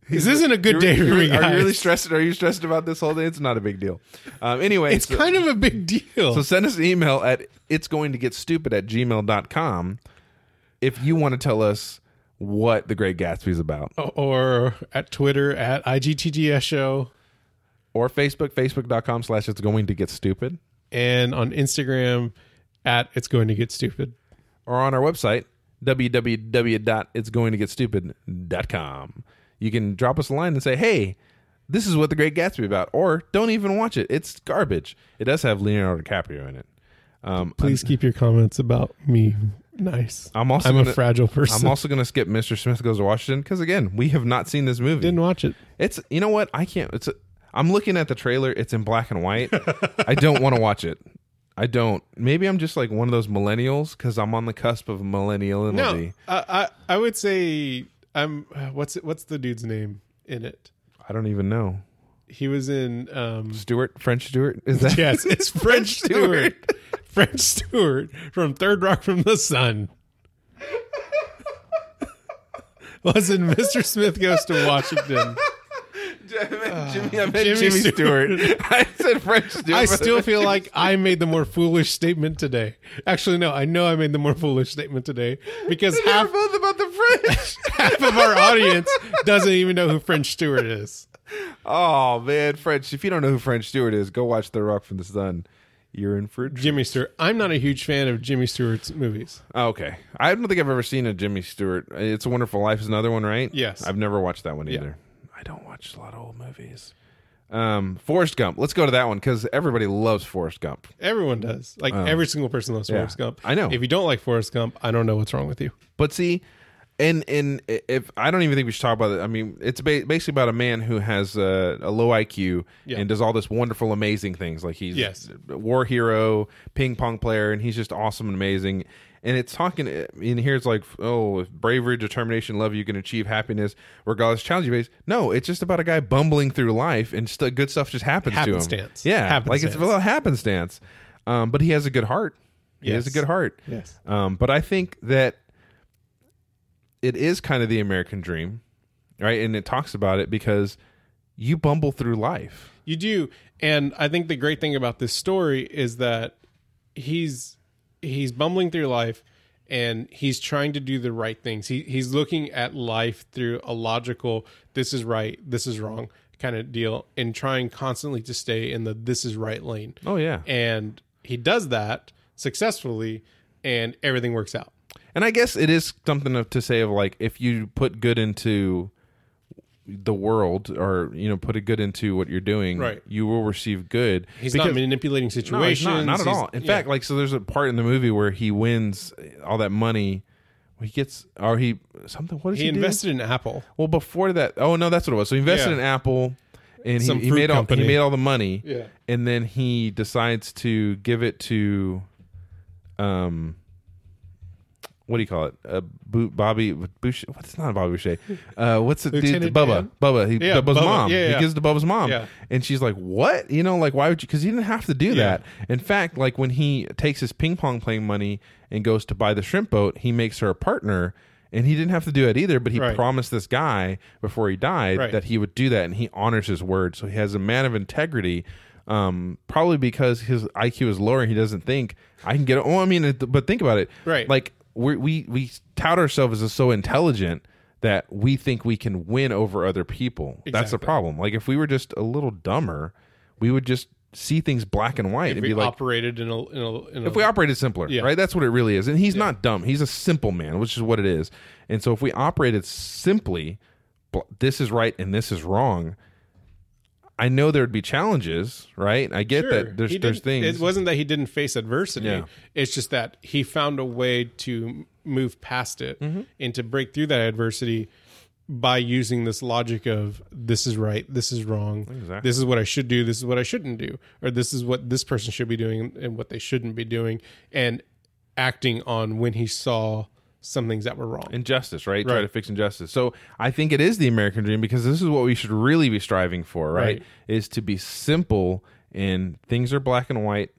Speaker 2: This isn't a good
Speaker 1: You're-
Speaker 2: day for
Speaker 1: you're-
Speaker 2: me, guys.
Speaker 1: Are you really stressed? Are you stressed about this whole day? It's not a big deal. Um, anyway,
Speaker 2: it's
Speaker 1: so-
Speaker 2: kind of a big deal.
Speaker 1: So send us an email at it's going to get stupid at gmail.com if you want to tell us what the Great Gatsby is about.
Speaker 2: or at Twitter at IGTGS show
Speaker 1: Or Facebook, Facebook.com slash it's going to get stupid.
Speaker 2: and on Instagram at it's going to get stupid.
Speaker 1: Or on our website, www.itsgoingtogetstupid.com. You can drop us a line and say, hey, this is what the Great Gatsby is about. Or don't even watch it. It's garbage. It does have Leonardo DiCaprio in it. Um,
Speaker 2: Please keep your comments about me nice.
Speaker 1: I'm also
Speaker 2: I'm a
Speaker 1: gonna-
Speaker 2: fragile person.
Speaker 1: I'm also going to skip Mr. Smith Goes to Washington because, again, we have not seen this movie.
Speaker 2: Didn't watch it.
Speaker 1: It's you know what I can't. It's I'm looking at the trailer. It's in black and white. I don't want to watch it. I don't. Maybe I'm just like one of those millennials because I'm on the cusp of millenniality.
Speaker 2: No, I, I I would say I'm. What's it, what's the dude's name in it?
Speaker 1: I don't even know.
Speaker 2: He was in. Um,
Speaker 1: Stewart French Stewart is that?
Speaker 2: yes, it's French Stewart. French Stewart from Third Rock from the Sun. was in Mr. Smith Goes to Washington.
Speaker 1: Jimmy, I meant
Speaker 2: Jimmy
Speaker 1: Jimmy, Stewart. I said French Stewart.
Speaker 2: I
Speaker 1: but-
Speaker 2: still feel like I made the more foolish statement today. Actually, no, I know I made the more foolish statement today because
Speaker 1: They were
Speaker 2: half,
Speaker 1: both about the French.
Speaker 2: half of our audience doesn't even know who French Stewart is.
Speaker 1: oh man, French! If you don't know who French Stewart is, go watch The Rock from the Sun. You're in for a treat.
Speaker 2: Jimmy Stewart. I'm not a huge fan of Jimmy Stewart's movies.
Speaker 1: Oh, Okay. I don't think I've ever seen a Jimmy Stewart. It's a Wonderful Life is another one, right?
Speaker 2: Yes.
Speaker 1: I've never watched that one either. I don't watch a lot of old movies. Um, Forrest Gump. Let's go to that one because everybody loves Forrest Gump.
Speaker 2: Everyone does. Like every single person loves Forrest Gump.
Speaker 1: Oh. I know.
Speaker 2: If you don't like Forrest Gump, I don't know what's wrong with you.
Speaker 1: But see, and and if I don't even think we should talk about it. I mean, it's ba- basically about a man who has a, a low IQ
Speaker 2: Yeah.
Speaker 1: and does all this wonderful, amazing things. Like he's
Speaker 2: Yes.
Speaker 1: a war hero, ping pong player, and he's just awesome and amazing. And it's talking in here. It's like, oh, if bravery, determination, love, you can achieve happiness regardless of challenge you face. No, it's just about a guy bumbling through life, and st- good stuff just happens to him.
Speaker 2: Happenstance.
Speaker 1: Yeah, like it's
Speaker 2: Happenstance.
Speaker 1: a little happenstance. Um, but he has a good heart. He has a
Speaker 2: Yes.
Speaker 1: good heart.
Speaker 2: Yes.
Speaker 1: Um, but I think that it is kind of the American dream, right? And it talks about it because you bumble through life.
Speaker 2: You do. And I think the great thing about this story is that he's he's bumbling through life and he's trying to do the right things. He he's looking at life through a logical this is right, this is wrong kind of deal and trying constantly to stay in the this is right lane.
Speaker 1: Oh yeah.
Speaker 2: And he does that successfully and everything works out.
Speaker 1: And I guess it is something of, to say of like if you put good into the world or you know put a good into what you're doing,
Speaker 2: Right.
Speaker 1: you will receive good.
Speaker 2: He's
Speaker 1: Because-
Speaker 2: not manipulating
Speaker 1: No, he's
Speaker 2: situations.
Speaker 1: not, not at
Speaker 2: He's-
Speaker 1: all. In
Speaker 2: yeah.
Speaker 1: fact, like so, there's a part in the movie where he wins all that money. He gets or he something. What does he,
Speaker 2: he
Speaker 1: do?
Speaker 2: invested in Apple.
Speaker 1: Well, before that, oh no, that's what it was. So he invested
Speaker 2: Yeah.
Speaker 1: in Apple, and he,
Speaker 2: Some
Speaker 1: he
Speaker 2: fruit
Speaker 1: made all
Speaker 2: company.
Speaker 1: he made all the money,
Speaker 2: Yeah.
Speaker 1: and then he decides to give it to, um, what do you call it? Uh, Bu- Bobby Boucher. What's not Bobby Boucher? Uh, what's the dude?
Speaker 2: Lieutenant
Speaker 1: Bubba.
Speaker 2: Dan?
Speaker 1: Bubba. He,
Speaker 2: Yeah,
Speaker 1: Bubba's
Speaker 2: Bubba.
Speaker 1: mom.
Speaker 2: Yeah, yeah.
Speaker 1: He gives it to Bubba's mom,
Speaker 2: Yeah.
Speaker 1: and she's like, "What? You know, like why would you? Because he didn't have to do that. In fact, like when he takes his ping pong playing money and goes to buy the shrimp boat, he makes her a partner." And he didn't have to do it either, but he
Speaker 2: Right.
Speaker 1: promised promised this guy before he died
Speaker 2: Right.
Speaker 1: that he would do that, and he honors his word. So he has a man of integrity. Um, probably because his IQ is lower, and he doesn't think I can get. it." Oh, I mean, it- but think about it.
Speaker 2: Right.
Speaker 1: Like we we we tout ourselves as so intelligent that we think we can win over other people. That's the
Speaker 2: Exactly.
Speaker 1: problem. Like if we were just a little dumber, we would just see things black and white and
Speaker 2: We
Speaker 1: be like,
Speaker 2: operated in a in a, in a
Speaker 1: if we operated simpler,
Speaker 2: Yeah.
Speaker 1: right? That's what it really is. And he's not dumb. He's a simple man, which is what it is. And so if we operated simply, bl- this is right and this is wrong. I know there'd be challenges, right? I get
Speaker 2: Sure.
Speaker 1: that there's
Speaker 2: He
Speaker 1: there's
Speaker 2: didn't-
Speaker 1: things.
Speaker 2: It wasn't that he didn't face adversity.
Speaker 1: Yeah.
Speaker 2: It's just that he found a way to move past it
Speaker 1: Mm-hmm.
Speaker 2: and to break through that adversity by using this logic of this is right, this is wrong,
Speaker 1: Exactly.
Speaker 2: this is what I should do, this is what I shouldn't do, or this is what this person should be doing and what they shouldn't be doing, and acting on when he saw some things that were wrong.
Speaker 1: injustice, right? Try
Speaker 2: Right.
Speaker 1: to fix injustice. So I think it is the American dream because this is what we should really be striving for, right?
Speaker 2: Right.
Speaker 1: Is to be simple and things are black and white.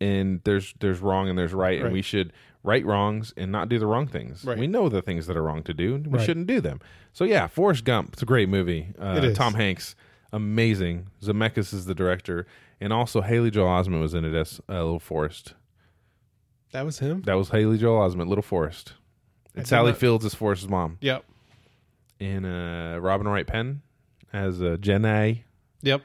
Speaker 1: and there's there's wrong and there's right, and
Speaker 2: Right.
Speaker 1: we should right wrongs and not do the wrong things.
Speaker 2: Right.
Speaker 1: We know the things that are wrong to do, and we
Speaker 2: Right.
Speaker 1: shouldn't do them. So yeah, Forrest Gump. It's a great movie. Uh,
Speaker 2: It is.
Speaker 1: Tom Hanks, amazing. Zemeckis is the director, and also Haley Joel Osment was in it as uh, Little Forrest.
Speaker 2: That was him.
Speaker 1: That was Haley Joel Osment, Little Forrest. And
Speaker 2: did
Speaker 1: Sally
Speaker 2: not-
Speaker 1: Fields is Forrest's mom,
Speaker 2: Yep.
Speaker 1: and uh, Robin Wright Penn as uh, Jenny.
Speaker 2: Yep.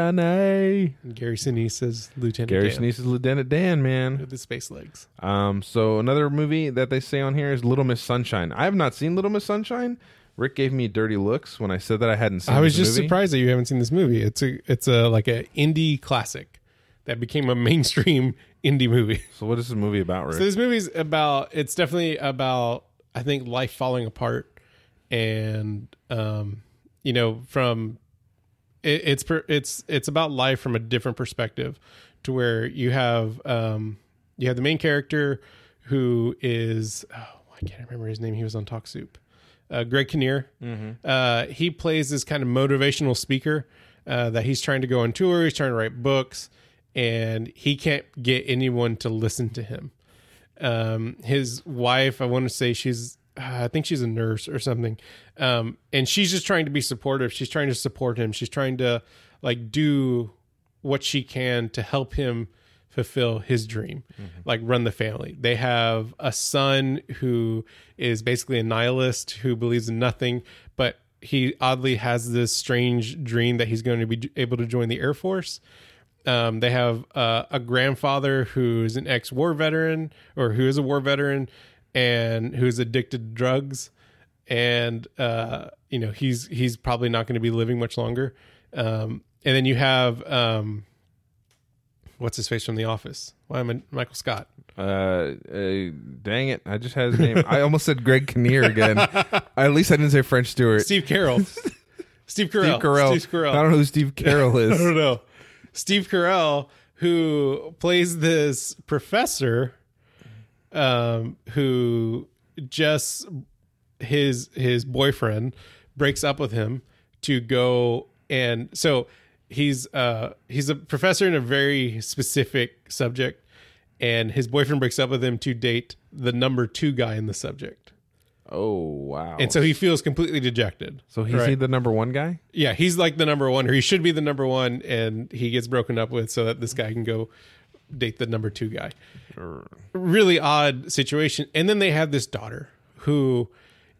Speaker 1: Jenny.
Speaker 2: And Gary Sinise is Lieutenant.
Speaker 1: Gary
Speaker 2: Dan
Speaker 1: Sneeze is Lieutenant Dan, man.
Speaker 2: with the space legs.
Speaker 1: Um, so another movie that they say on here is Little Miss Sunshine. I have not seen Little Miss Sunshine. Rick gave me dirty looks when I said that I hadn't seen.
Speaker 2: I was
Speaker 1: the
Speaker 2: just
Speaker 1: movie.
Speaker 2: surprised that you haven't seen this movie. It's a it's a like a indie classic that became a mainstream indie movie.
Speaker 1: So what is this movie about, Rick?
Speaker 2: So this movie's about it's definitely about I think life falling apart and um you know from it, it's per, it's it's about life from a different perspective to where you have um you have the main character who is oh, I can't I remember his name he was on Talk Soup uh, Greg Kinnear uh, he plays this kind of motivational speaker uh, that he's trying to go on tour he's trying to write books and he can't get anyone to listen to him um his wife i want to say she's uh, i think she's a nurse or something um and she's just trying to be supportive she's trying to support him she's trying to like do what she can to help him fulfill his dream like run the family they have a son who is basically a nihilist who believes in nothing but he oddly has this strange dream that he's going to be able to join the air force um, they have uh, a grandfather who's an ex-war veteran or who is a war veteran and who's addicted to drugs and uh, you know he's he's probably not going to be living much longer um, and then you have um, what's his face from the office why am i michael scott
Speaker 1: uh, uh, dang it! I just had his name. I almost said Greg Kinnear again. At least I didn't say French Stewart.
Speaker 2: steve carroll steve carroll
Speaker 1: Steve Carell.
Speaker 2: steve carroll
Speaker 1: I don't know who Steve Carell
Speaker 2: I
Speaker 1: is.
Speaker 2: don't know. Steve Carell, who plays this professor, um, who just his his boyfriend breaks up with him to go and so he's uh he's a professor in a very specific subject, and his boyfriend breaks up with him to date the number two guy in the subject,
Speaker 1: oh wow!
Speaker 2: and so he feels completely dejected.
Speaker 1: so he's
Speaker 2: right.
Speaker 1: he the number one guy.
Speaker 2: Yeah, he's like the number one, or he should be the number one, and he gets broken up with so that this guy can go date the number two guy. Really odd situation. And then they have this daughter who,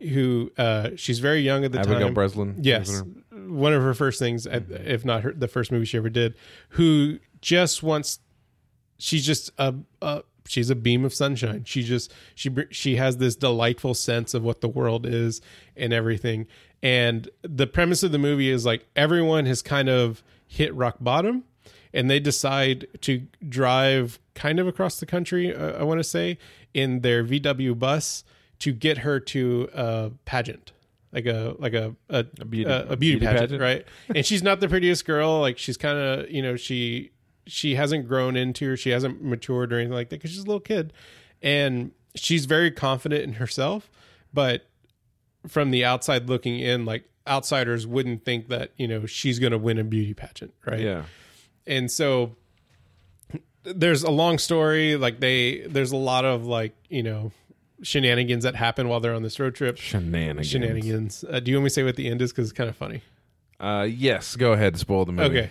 Speaker 2: who uh, she's very young at the
Speaker 1: Abigail
Speaker 2: time.
Speaker 1: Breslin.
Speaker 2: Yes, one of her first things, I- if not her, the first movie she ever did, who just wants. She's just a, a she's a beam of sunshine. She just she br- she has this delightful sense of what the world is and everything. And the premise of the movie is like everyone has kind of hit rock bottom, and they decide to drive kind of across the country. Uh, I want to say in their VW bus to get her to a pageant, like a like a a, a
Speaker 1: beauty-
Speaker 2: beauty, a,
Speaker 1: a
Speaker 2: beauty,
Speaker 1: beauty
Speaker 2: pageant,
Speaker 1: pageant.
Speaker 2: right? and she's not the prettiest girl. Like she's kind of you know she she hasn't grown into her, she hasn't matured or anything like that because she's a little kid, and she's very confident in herself, but from the outside looking in, like outsiders wouldn't think that you know she's going to win a beauty pageant, right?
Speaker 1: Yeah.
Speaker 2: and so there's a long story like they there's a lot of like you know shenanigans that happen while they're on this road trip
Speaker 1: Shenanigans.
Speaker 2: shenanigans uh, do you want me to say what the end is because it's kind of funny
Speaker 1: Uh, yes. Go ahead. Spoil the movie.
Speaker 2: okay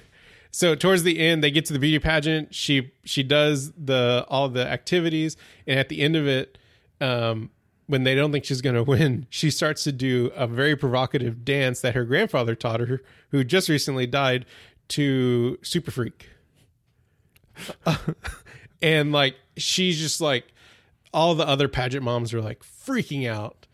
Speaker 2: so towards the end they get to the beauty pageant she she does the all the activities and at the end of it um when they don't think she's going to win she starts to do a very provocative dance that her grandfather taught her who just recently died to super freak and like she's just like all the other pageant moms are like freaking out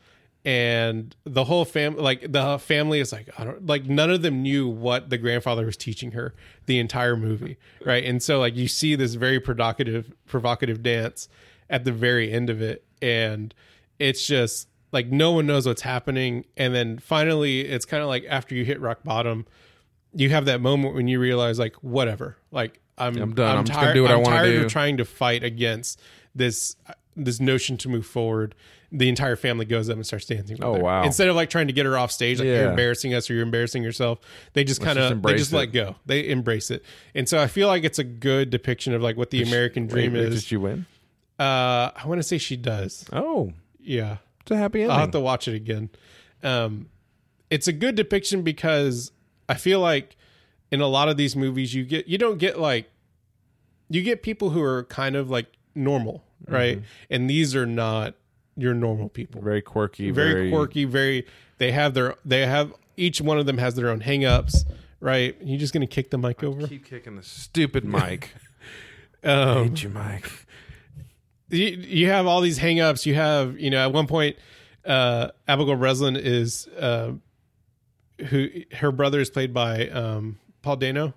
Speaker 2: and the whole family like the family is like i don't like none of them knew what the grandfather was teaching her the entire movie right and so like you see this very provocative provocative dance at the very end of it and it's just like no one knows what's happening and then finally it's kind of like after you hit rock bottom you have that moment when you realize like whatever like i'm
Speaker 1: I'm done. I'm just gonna
Speaker 2: tired
Speaker 1: do what I
Speaker 2: I'm
Speaker 1: wanna
Speaker 2: tired
Speaker 1: do.
Speaker 2: of trying to fight against this this notion to move forward, the entire family goes up and starts dancing. with
Speaker 1: Oh,
Speaker 2: her.
Speaker 1: wow.
Speaker 2: Instead of like trying to get her off stage, like
Speaker 1: Yeah.
Speaker 2: you're embarrassing us or you're embarrassing yourself, they just kind
Speaker 1: just
Speaker 2: of they
Speaker 1: embrace
Speaker 2: just
Speaker 1: it.
Speaker 2: let go. They embrace it, and so I feel like it's a good depiction of like what the American dream
Speaker 1: Wait,
Speaker 2: is.
Speaker 1: Did you win?
Speaker 2: Uh, I want to say she does.
Speaker 1: Oh,
Speaker 2: Yeah,
Speaker 1: it's a happy ending.
Speaker 2: I'll have to watch it again. Um, it's a good depiction because I feel like in a lot of these movies you get you don't get like you get people who are kind of like normal,
Speaker 1: Mm-hmm.
Speaker 2: right? And these are not your normal people.
Speaker 1: very quirky.
Speaker 2: Very,
Speaker 1: Very,
Speaker 2: quirky, very they have their they have each one of them has their own hangups, right? You're just gonna kick the mic over.
Speaker 1: Keep kicking the stupid mic.
Speaker 2: Um,
Speaker 1: Hate you, Mike.
Speaker 2: you, you have all these hangups. You have, you know, at one point, uh, Abigail Breslin is uh, who her brother is played by um, Paul Dano,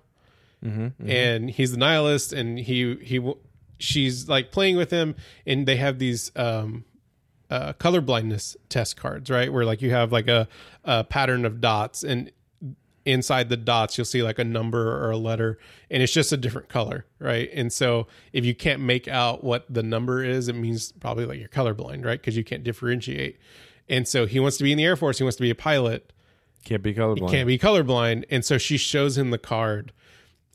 Speaker 2: and he's the nihilist, and he he w- she's like playing with him, and they have these um, uh, color blindness test cards, right? Where like you have like a, a pattern of dots, and inside the dots you'll see like a number or a letter, and it's just a different color, right? And so if you can't make out what the number is, it means probably like you're colorblind, right? Because you can't differentiate. And so he wants to be in the Air Force. He wants to be a pilot
Speaker 1: Can't be colorblind.
Speaker 2: can't be colorblind. And so she shows him the card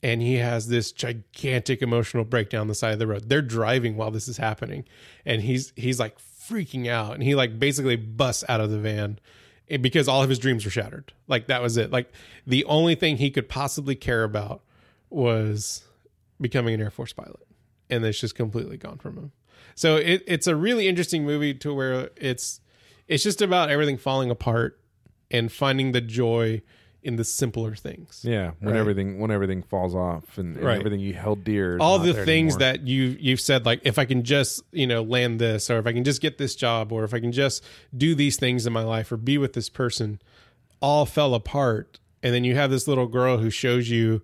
Speaker 2: and he has this gigantic emotional breakdown on the side of the road. They're driving while this is happening. And he's he's like freaking out. And he like basically busts out of the van eh, because all of his dreams were shattered. Like that was it. Like the only thing he could possibly care about was becoming an Air Force pilot. And it's just completely gone from him. So it, it's a really interesting movie to where it's it's just about everything falling apart and finding the joy in the simpler things.
Speaker 1: Yeah, when everything when everything falls off and, and
Speaker 2: Right.
Speaker 1: everything you held dear. is
Speaker 2: All
Speaker 1: not
Speaker 2: the
Speaker 1: there
Speaker 2: things
Speaker 1: anymore.
Speaker 2: that you you've said like if I can just, you know, land this or if I can just get this job or if I can just do these things in my life or be with this person all fell apart and then you have this little girl who shows you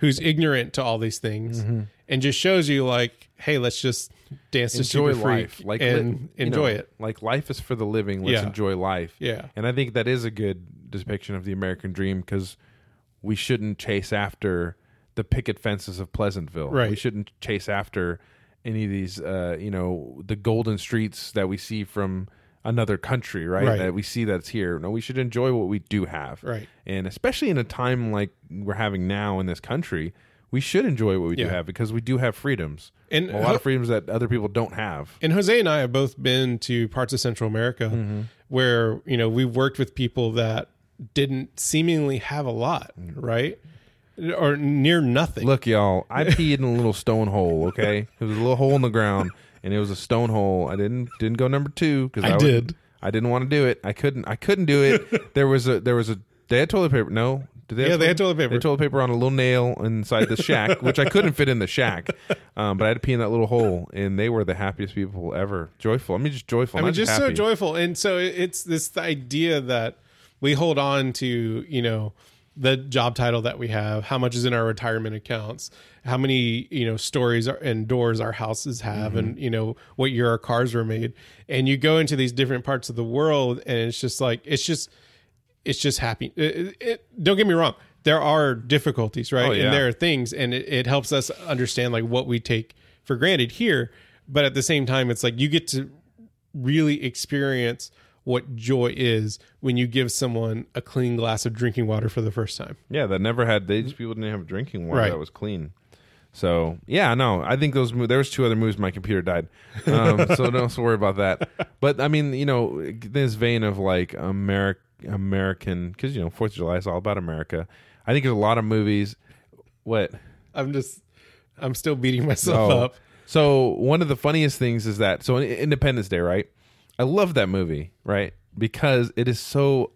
Speaker 2: who's ignorant to all these things
Speaker 1: Mm-hmm.
Speaker 2: and just shows you like hey, let's just dance to
Speaker 1: enjoy
Speaker 2: Super Freak
Speaker 1: life, like
Speaker 2: and
Speaker 1: li- you
Speaker 2: enjoy
Speaker 1: know,
Speaker 2: it.
Speaker 1: Like life is for the living. Let's
Speaker 2: Yeah.
Speaker 1: enjoy life.
Speaker 2: Yeah.
Speaker 1: and I think that is a good depiction of the American dream because we shouldn't chase after the picket fences of Pleasantville.
Speaker 2: Right.
Speaker 1: We shouldn't chase after any of these, uh, you know, the golden streets that we see from another country, right?
Speaker 2: Right.
Speaker 1: That we see that's here. No, we should enjoy what we do have.
Speaker 2: Right.
Speaker 1: And especially in a time like we're having now in this country, we should enjoy what we
Speaker 2: Yeah.
Speaker 1: do have because we do have freedoms.
Speaker 2: And
Speaker 1: a lot of freedoms that other people don't have.
Speaker 2: and Jose and I have both been to parts of Central America
Speaker 1: Mm-hmm.
Speaker 2: where you know we worked with people that didn't seemingly have a lot, right, or near nothing.
Speaker 1: Look, y'all, I peed in a little stone hole. Okay, it was a little hole in the ground, and it was a stone hole. I didn't didn't go number two because
Speaker 2: I
Speaker 1: would-
Speaker 2: did.
Speaker 1: I didn't want to do it. I couldn't. I couldn't do it. There was a there was a they had toilet paper. No, did they?
Speaker 2: Yeah, they had toilet paper.
Speaker 1: They had toilet paper on a little nail inside the shack, which I couldn't fit in the shack. Um, but I had to pee in that little hole, and they were the happiest people ever. Joyful. I mean, just joyful.
Speaker 2: I mean,
Speaker 1: not
Speaker 2: just so
Speaker 1: happy.
Speaker 2: joyful, and so it- it's this idea that we hold on to, you know, the job title that we have, how much is in our retirement accounts, how many you know stories are, and doors our houses have,
Speaker 1: Mm-hmm.
Speaker 2: and you know what year our cars were made, and you go into these different parts of the world, and it's just like it's just it's just happy. It- it- it- don't get me wrong. There are difficulties, right?
Speaker 1: Oh, yeah.
Speaker 2: And there are things, and it, it helps us understand like what we take for granted here. But at the same time, it's like you get to really experience what joy is when you give someone a clean glass of drinking water for the first time.
Speaker 1: Yeah, that never had. They just people didn't have drinking water
Speaker 2: Mm-hmm. Right.
Speaker 1: that was clean. So yeah, no, I think those mo- there was two other moves. My computer died, um, so don't worry about that. But I mean, you know, this vein of like American American, because you know Fourth of July is all about America. I think there's a lot of movies. What?
Speaker 2: I'm just, I'm still beating myself
Speaker 1: Oh.
Speaker 2: up.
Speaker 1: So one of the funniest things is that so in- Independence Day, right? I love that movie, right? Because it is so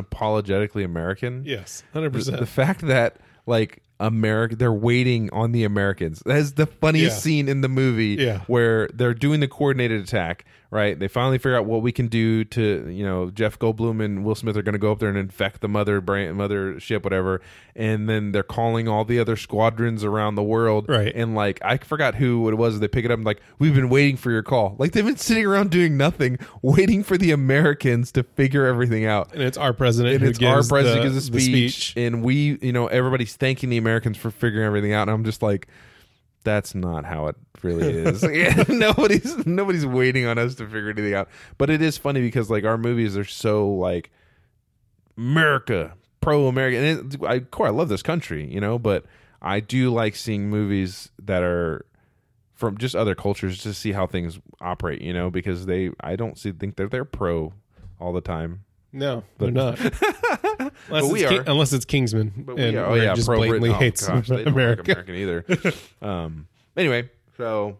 Speaker 1: unapologetically American.
Speaker 2: Yes, hundred
Speaker 1: the
Speaker 2: percent.
Speaker 1: fact that like America, they're waiting on the Americans. That is the funniest
Speaker 2: Yeah.
Speaker 1: scene in the movie,
Speaker 2: Yeah.
Speaker 1: where they're doing the coordinated attack. Right, they finally figure out what we can do to you know Jeff Goldblum and Will Smith are going to go up there and infect the mother brand, mother ship, whatever, and then they're calling all the other squadrons around the world.
Speaker 2: Right.
Speaker 1: and like I forgot who it was. They pick it up and like we've been waiting for your call. Like they've been sitting around doing nothing, waiting for the Americans to figure everything out
Speaker 2: And it's our president.
Speaker 1: and
Speaker 2: who
Speaker 1: it's our
Speaker 2: gives
Speaker 1: president
Speaker 2: the-
Speaker 1: gives a
Speaker 2: the
Speaker 1: speech, and we, you know, everybody's thanking the Americans for figuring everything out, and I'm just like, that's not how it really is. Yeah, nobody's nobody's waiting on us to figure anything out. But it is funny because like our movies are so like America, pro American. And it, I, of course, I love this country, you know, but I do like seeing movies that are from just other cultures to see how things operate, you know, because they I don't see think that they're pro all the time.
Speaker 2: No, they're not. unless, it's
Speaker 1: we
Speaker 2: Ki-
Speaker 1: are.
Speaker 2: unless it's Kingsman.
Speaker 1: But we
Speaker 2: and
Speaker 1: are, oh
Speaker 2: where it
Speaker 1: yeah,
Speaker 2: just
Speaker 1: pro Brit-
Speaker 2: blatantly
Speaker 1: oh,
Speaker 2: hates
Speaker 1: gosh, they don't
Speaker 2: America.
Speaker 1: Like American either. um, anyway, so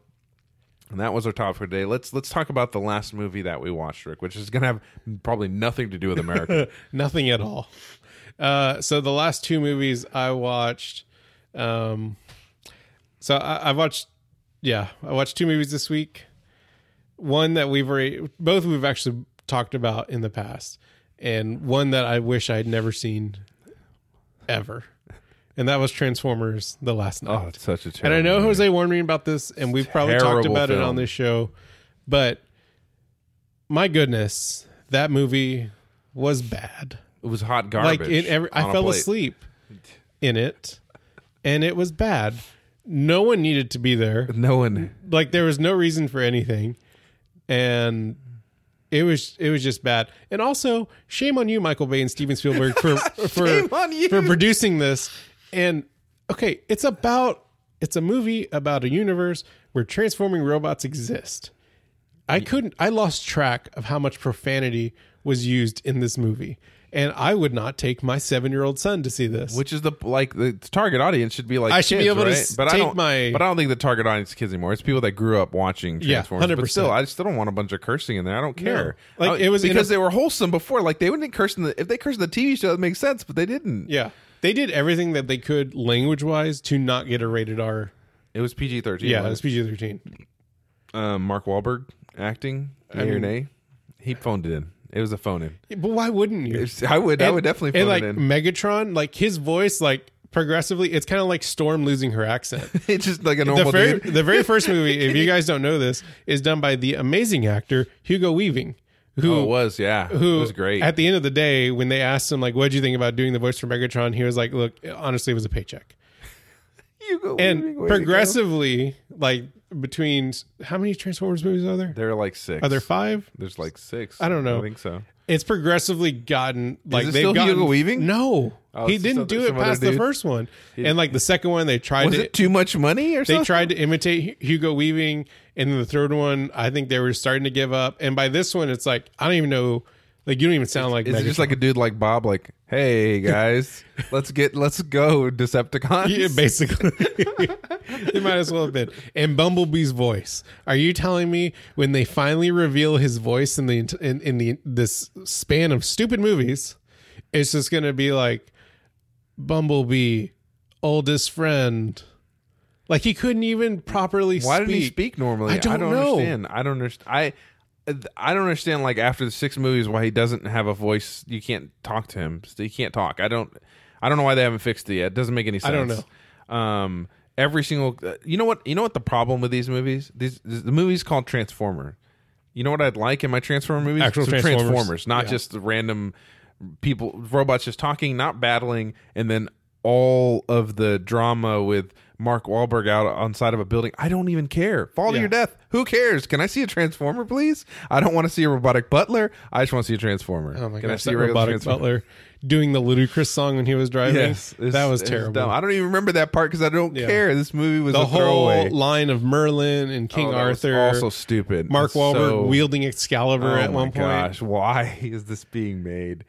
Speaker 1: and that was our topic for today. Let's let's talk about the last movie that we watched, Rick, which is gonna have probably nothing to do with America.
Speaker 2: Nothing at all. Uh, so the last two movies I watched, um, so I, I watched, yeah, I watched two movies this week. One that we've already, both we've actually talked about in the past, and one that I wish I had never seen ever, and that was Transformers: The Last Night.
Speaker 1: oh, it's such a
Speaker 2: And
Speaker 1: terrible.
Speaker 2: I know
Speaker 1: movie.
Speaker 2: Jose warned me about this, and we've probably
Speaker 1: Terrible
Speaker 2: talked about it
Speaker 1: film.
Speaker 2: on this show, but my goodness, that movie was bad.
Speaker 1: it was hot garbage.
Speaker 2: Like in every,
Speaker 1: on
Speaker 2: I
Speaker 1: a
Speaker 2: fell
Speaker 1: plate.
Speaker 2: asleep in it, and it was bad. No one needed to be there.
Speaker 1: No one.
Speaker 2: Like there was no reason for anything, and it was it was just bad. And also, shame on you, Michael Bay and Steven Spielberg for for
Speaker 1: Shame on you.
Speaker 2: for producing this. And okay, it's about it's a movie about a universe where transforming robots exist. I couldn't I lost track of how much profanity was used in this movie. And I would not take my 7-year-old son to see this.
Speaker 1: Which is the like the target audience should be like
Speaker 2: I should be
Speaker 1: kids,
Speaker 2: able to
Speaker 1: right?
Speaker 2: s-
Speaker 1: but I
Speaker 2: take
Speaker 1: don't
Speaker 2: my-
Speaker 1: but I don't think the target audience is kids anymore. It's people that grew up watching
Speaker 2: Yeah,
Speaker 1: Transformers. But
Speaker 2: 100%.
Speaker 1: still, I still don't want a bunch of cursing in there. I don't care.
Speaker 2: Like,
Speaker 1: I-
Speaker 2: it was in
Speaker 1: because
Speaker 2: a-
Speaker 1: they were wholesome before. Like they wouldn't curse in the if they cursed in the TV show that makes sense, but they didn't.
Speaker 2: yeah. They did everything that they could language-wise to not get a rated R.
Speaker 1: It was PG thirteen.
Speaker 2: Yeah, it's PG-13.
Speaker 1: um, Mark Wahlberg acting. Yay or nay? He phoned it in. It was a phone in.
Speaker 2: But why wouldn't you?
Speaker 1: It's- I would. I would definitely phone
Speaker 2: and like
Speaker 1: it in.
Speaker 2: Megatron, like his voice, like progressively, it's kind of like Storm losing her accent.
Speaker 1: It's just like a
Speaker 2: The
Speaker 1: normal
Speaker 2: very,
Speaker 1: Oh, dude.
Speaker 2: the very first movie, if you guys don't know this, is done by the amazing actor Hugo Weaving, who
Speaker 1: Oh, it was yeah.
Speaker 2: who
Speaker 1: it was great.
Speaker 2: At the end of the day, when they asked him like, "What would you think about doing the voice for Megatron?" He was like, "Look, honestly, it was a paycheck."
Speaker 1: Hugo Weaving,
Speaker 2: And
Speaker 1: way to go.
Speaker 2: progressively, like between how many Transformers movies are there?
Speaker 1: There are like six.
Speaker 2: Are there five?
Speaker 1: There's like six.
Speaker 2: I don't know.
Speaker 1: I think so.
Speaker 2: It's progressively gotten like
Speaker 1: it
Speaker 2: they've
Speaker 1: still
Speaker 2: gotten
Speaker 1: Hugo Weaving?
Speaker 2: No,
Speaker 1: Oh,
Speaker 2: he
Speaker 1: it's just
Speaker 2: didn't do
Speaker 1: other-
Speaker 2: it
Speaker 1: some other
Speaker 2: past the
Speaker 1: dude.
Speaker 2: first one, and like the second one, they tried
Speaker 1: Was
Speaker 2: to
Speaker 1: it too much money or
Speaker 2: they
Speaker 1: something?
Speaker 2: tried to imitate Hu- Hugo Weaving, and then the third one, I think they were starting to give up. And by this one, it's like I don't even know, like you don't even sound like
Speaker 1: Is it
Speaker 2: Megatron.
Speaker 1: just like a dude like Bob, like, hey guys, let's get let's go Decepticons?
Speaker 2: Yeah, basically. it might as well have been. And Bumblebee's voice. Are you telling me when they finally reveal his voice in the ent- in, in the this span of stupid movies, it's just gonna be like Bumblebee, oldest friend. Like he couldn't even properly
Speaker 1: Why
Speaker 2: speak.
Speaker 1: didn't he speak normally?
Speaker 2: I don't know.
Speaker 1: understand. I don't understand. I I don't understand. Like after the six movies, why he doesn't have a voice? You can't talk to him. You can't talk. I don't. I don't know why they haven't fixed it yet. It doesn't make any sense.
Speaker 2: don't
Speaker 1: know. Um, every single. uh, You know what? You know what the problem with these movies? These the movie's called Transformer. You know what I'd like in my Transformer movies?
Speaker 2: Actual
Speaker 1: Some
Speaker 2: Transformers.
Speaker 1: not
Speaker 2: Yeah.
Speaker 1: just the random people, robots just talking, not battling, and then all of the drama with Mark Wahlberg out on side of a building. I don't even care. Fall to
Speaker 2: Yeah.
Speaker 1: your death. Who cares? Can I see a transformer, please? I don't want to see a robotic butler. I just want to see a transformer.
Speaker 2: Oh my
Speaker 1: Can
Speaker 2: gosh,
Speaker 1: I see
Speaker 2: that
Speaker 1: a regular
Speaker 2: robotic
Speaker 1: transformer?
Speaker 2: butler doing the ludicrous song when he was driving.
Speaker 1: Yes, it's-
Speaker 2: that was
Speaker 1: it's
Speaker 2: terrible.
Speaker 1: dumb. I don't even remember that part because I don't
Speaker 2: Yeah.
Speaker 1: care. This movie was
Speaker 2: the
Speaker 1: a
Speaker 2: whole
Speaker 1: throwaway.
Speaker 2: line of Merlin and King
Speaker 1: Oh, that was
Speaker 2: Arthur.
Speaker 1: also stupid.
Speaker 2: Mark
Speaker 1: It's so-
Speaker 2: Wahlberg wielding Excalibur at one point.
Speaker 1: Oh Gosh, why is this being made?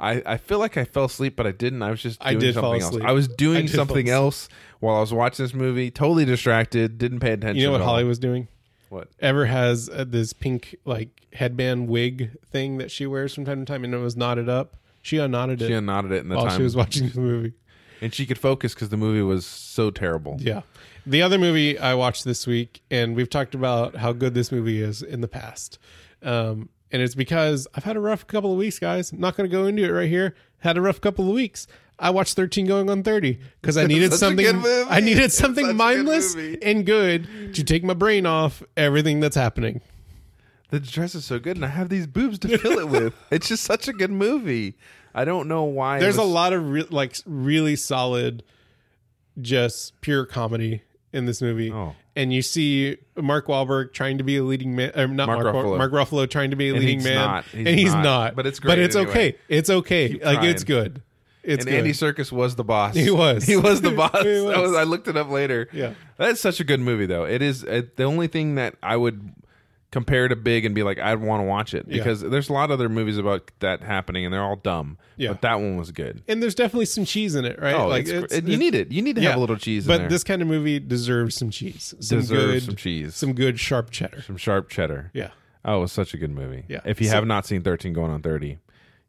Speaker 1: I, I feel like I fell asleep, but I didn't. I was just
Speaker 2: I
Speaker 1: doing
Speaker 2: did fall
Speaker 1: something else.
Speaker 2: asleep.
Speaker 1: I was
Speaker 2: I
Speaker 1: doing
Speaker 2: did fall
Speaker 1: something
Speaker 2: asleep.
Speaker 1: else while I was watching this movie. Totally distracted. Didn't pay attention.
Speaker 2: You know
Speaker 1: at
Speaker 2: what
Speaker 1: all.
Speaker 2: Holly was doing?
Speaker 1: What?
Speaker 2: Ever has uh, this pink like headband wig thing that she wears from time to time, and it was knotted up. She unknotted
Speaker 1: She
Speaker 2: it
Speaker 1: nodded it in the
Speaker 2: while
Speaker 1: time,
Speaker 2: she was watching the movie.
Speaker 1: and she could focus because the movie was so terrible.
Speaker 2: Yeah. The other movie I watched this week, and we've talked about how good this movie is in the past. Um, and it's because I've had a rough couple of weeks, guys. I'm not going to go into it right here. Had a rough couple of weeks. I watched 13 going on 30 because I needed
Speaker 1: such a
Speaker 2: something.
Speaker 1: good movie.
Speaker 2: I needed
Speaker 1: It's
Speaker 2: something
Speaker 1: such a good
Speaker 2: mindless
Speaker 1: movie.
Speaker 2: and good to take my brain off everything that's happening.
Speaker 1: The dress is so good, and I have these boobs to fill it with. It's just such a good movie. I don't know why. it
Speaker 2: There's a
Speaker 1: was-
Speaker 2: lot of re- like really solid, just pure comedy in this movie,
Speaker 1: Oh.
Speaker 2: and you see Mark Wahlberg trying to be a leading man, or not
Speaker 1: Mark
Speaker 2: Mark, Wa-
Speaker 1: Ruffalo.
Speaker 2: Mark Ruffalo trying to be a
Speaker 1: And
Speaker 2: leading
Speaker 1: he's
Speaker 2: man,
Speaker 1: not. He's
Speaker 2: and he's
Speaker 1: not.
Speaker 2: not.
Speaker 1: But it's
Speaker 2: But
Speaker 1: great
Speaker 2: it's
Speaker 1: anyway.
Speaker 2: okay. It's okay. like it's
Speaker 1: trying.
Speaker 2: good. It's
Speaker 1: and
Speaker 2: good.
Speaker 1: Andy Circus was the boss.
Speaker 2: He was.
Speaker 1: He was the boss.
Speaker 2: He
Speaker 1: That was-
Speaker 2: was.
Speaker 1: I looked it up later.
Speaker 2: Yeah.
Speaker 1: That's such a good movie, though. It is it, the only thing that I would compare to Big and be like, I'd want to watch it
Speaker 2: Yeah.
Speaker 1: because there's a lot of other movies about that happening and they're all dumb.
Speaker 2: Yeah.
Speaker 1: But that one was good.
Speaker 2: and there's definitely some cheese in it, right?
Speaker 1: Oh, like it's, it- you need it. You need to have a little cheese
Speaker 2: But
Speaker 1: in there.
Speaker 2: this kind of movie deserves some cheese. Some
Speaker 1: Deserves
Speaker 2: good,
Speaker 1: some cheese.
Speaker 2: Some good sharp cheddar.
Speaker 1: Some sharp cheddar.
Speaker 2: Yeah.
Speaker 1: Oh, it was such a good movie.
Speaker 2: Yeah.
Speaker 1: If you
Speaker 2: So-
Speaker 1: have not seen 13 Going on 30,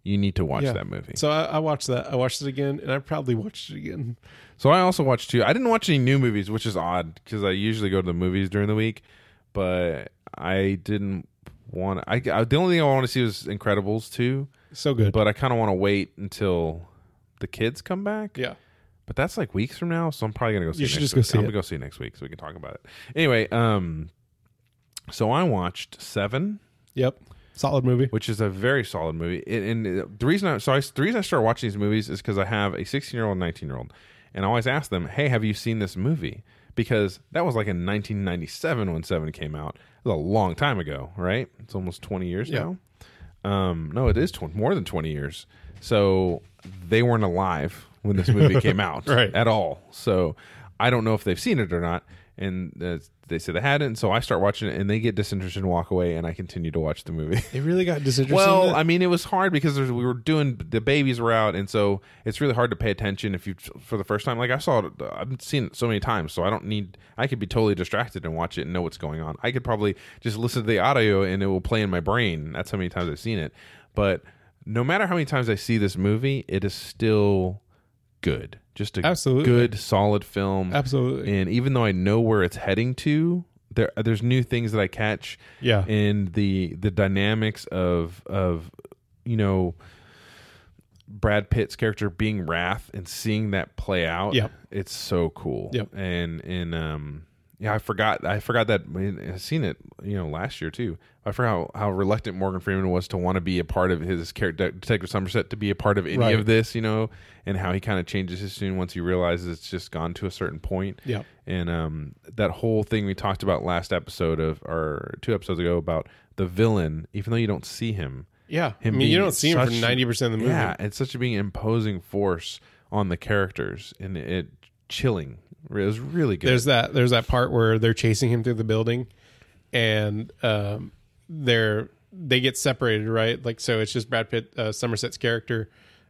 Speaker 1: you need to watch
Speaker 2: Yeah.
Speaker 1: that movie.
Speaker 2: So I, I watched that. I watched it again, and I probably watched it again.
Speaker 1: So I also watched two. I didn't watch any new movies, which is odd because I usually go to the movies during the week, but I didn't want. I, I the only thing I want to see was Incredibles two,
Speaker 2: So good.
Speaker 1: but I kind of want to wait until the kids come back.
Speaker 2: yeah.
Speaker 1: But that's like weeks from now, so I'm probably gonna go see.
Speaker 2: You
Speaker 1: it
Speaker 2: should
Speaker 1: next
Speaker 2: just go
Speaker 1: week.
Speaker 2: see
Speaker 1: I'm
Speaker 2: it.
Speaker 1: gonna go see it next week, so we can talk about it. Anyway, um, so I watched Seven,
Speaker 2: Yep. Solid movie.
Speaker 1: which is a very solid movie. And, and the reason I so I, the reason I started watching these movies is because I have a 16 year old, and 19 year old, and I always ask them, "Hey, have you seen this movie?" Because that was like in 1997 when Seven came out. It was a long time ago, right? It's almost 20 years
Speaker 2: Yeah.
Speaker 1: now. Um, no, it is tw- more than 20 years. So they weren't alive when this movie came out
Speaker 2: Right.
Speaker 1: at all. So I don't know if they've seen it or not. And uh, they said they hadn't. So I start watching it, and they get disinterested and walk away, and I continue to watch the movie.
Speaker 2: They really got disinterested.
Speaker 1: Well,
Speaker 2: in
Speaker 1: I mean, it was hard because there's, we were doing the babies were out, and so it's really hard to pay attention if you for the first time. Like I saw it, I've seen it so many times, so I don't need. I could be totally distracted and watch it and know what's going on. I could probably just listen to the audio and it will play in my brain. That's how many times I've seen it. But no matter how many times I see this movie, it is still good. Just a
Speaker 2: Absolutely.
Speaker 1: good, solid film.
Speaker 2: it. absolutely.
Speaker 1: And even though I know where it's heading to, there there's new things that I catch
Speaker 2: Yeah.
Speaker 1: and the the dynamics of of you know Brad Pitt's character being Wrath and seeing that play out.
Speaker 2: Yep.
Speaker 1: it's so cool.
Speaker 2: Yep.
Speaker 1: and and um yeah, I forgot I forgot that I mean, I seen it you know last year too. I forgot how, how reluctant Morgan Freeman was to want to be a part of his character Detective Somerset to be a part of any
Speaker 2: Right.
Speaker 1: of this, you know, and how he kind of changes his tune once he realizes it's just gone to a certain point
Speaker 2: yeah.
Speaker 1: and um, that whole thing we talked about last episode of or two episodes ago about the villain even though you don't see him
Speaker 2: Yeah. I
Speaker 1: Him
Speaker 2: mean, you
Speaker 1: being
Speaker 2: don't see him for
Speaker 1: such-
Speaker 2: 90% of the movie.
Speaker 1: yeah it's such a being imposing force on the characters and it, chilling it was really good
Speaker 2: There's that there's that part where they're chasing him through the building and um they're they get separated, right? Like so it's just Brad Pitt uh, Somerset's character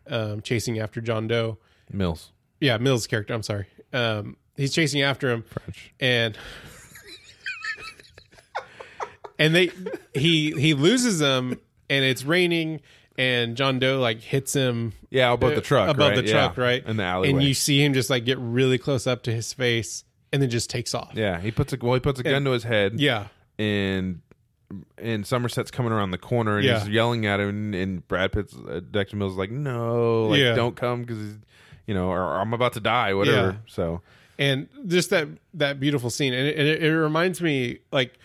Speaker 2: um chasing after John Doe.
Speaker 1: mills
Speaker 2: Yeah, Mills' character, I'm sorry. Um he's chasing after him and and they he he loses them and it's raining and John Doe like hits him
Speaker 1: yeah above the truck
Speaker 2: above
Speaker 1: right?
Speaker 2: the truck,
Speaker 1: yeah.
Speaker 2: right?
Speaker 1: in the alleyway
Speaker 2: and you see him just like get really close up to his face and then just takes off.
Speaker 1: yeah he puts a well he puts a gun to his head
Speaker 2: Yeah.
Speaker 1: and and Somerset's coming around the corner and
Speaker 2: Yeah.
Speaker 1: he's yelling at him, and, and Brad Pitt's uh, Dexter Mills is like, no, like
Speaker 2: Yeah.
Speaker 1: don't come because he's, you know, or, I'm about to die, whatever.
Speaker 2: Yeah.
Speaker 1: So
Speaker 2: and just that that beautiful scene and it, and it, it reminds me like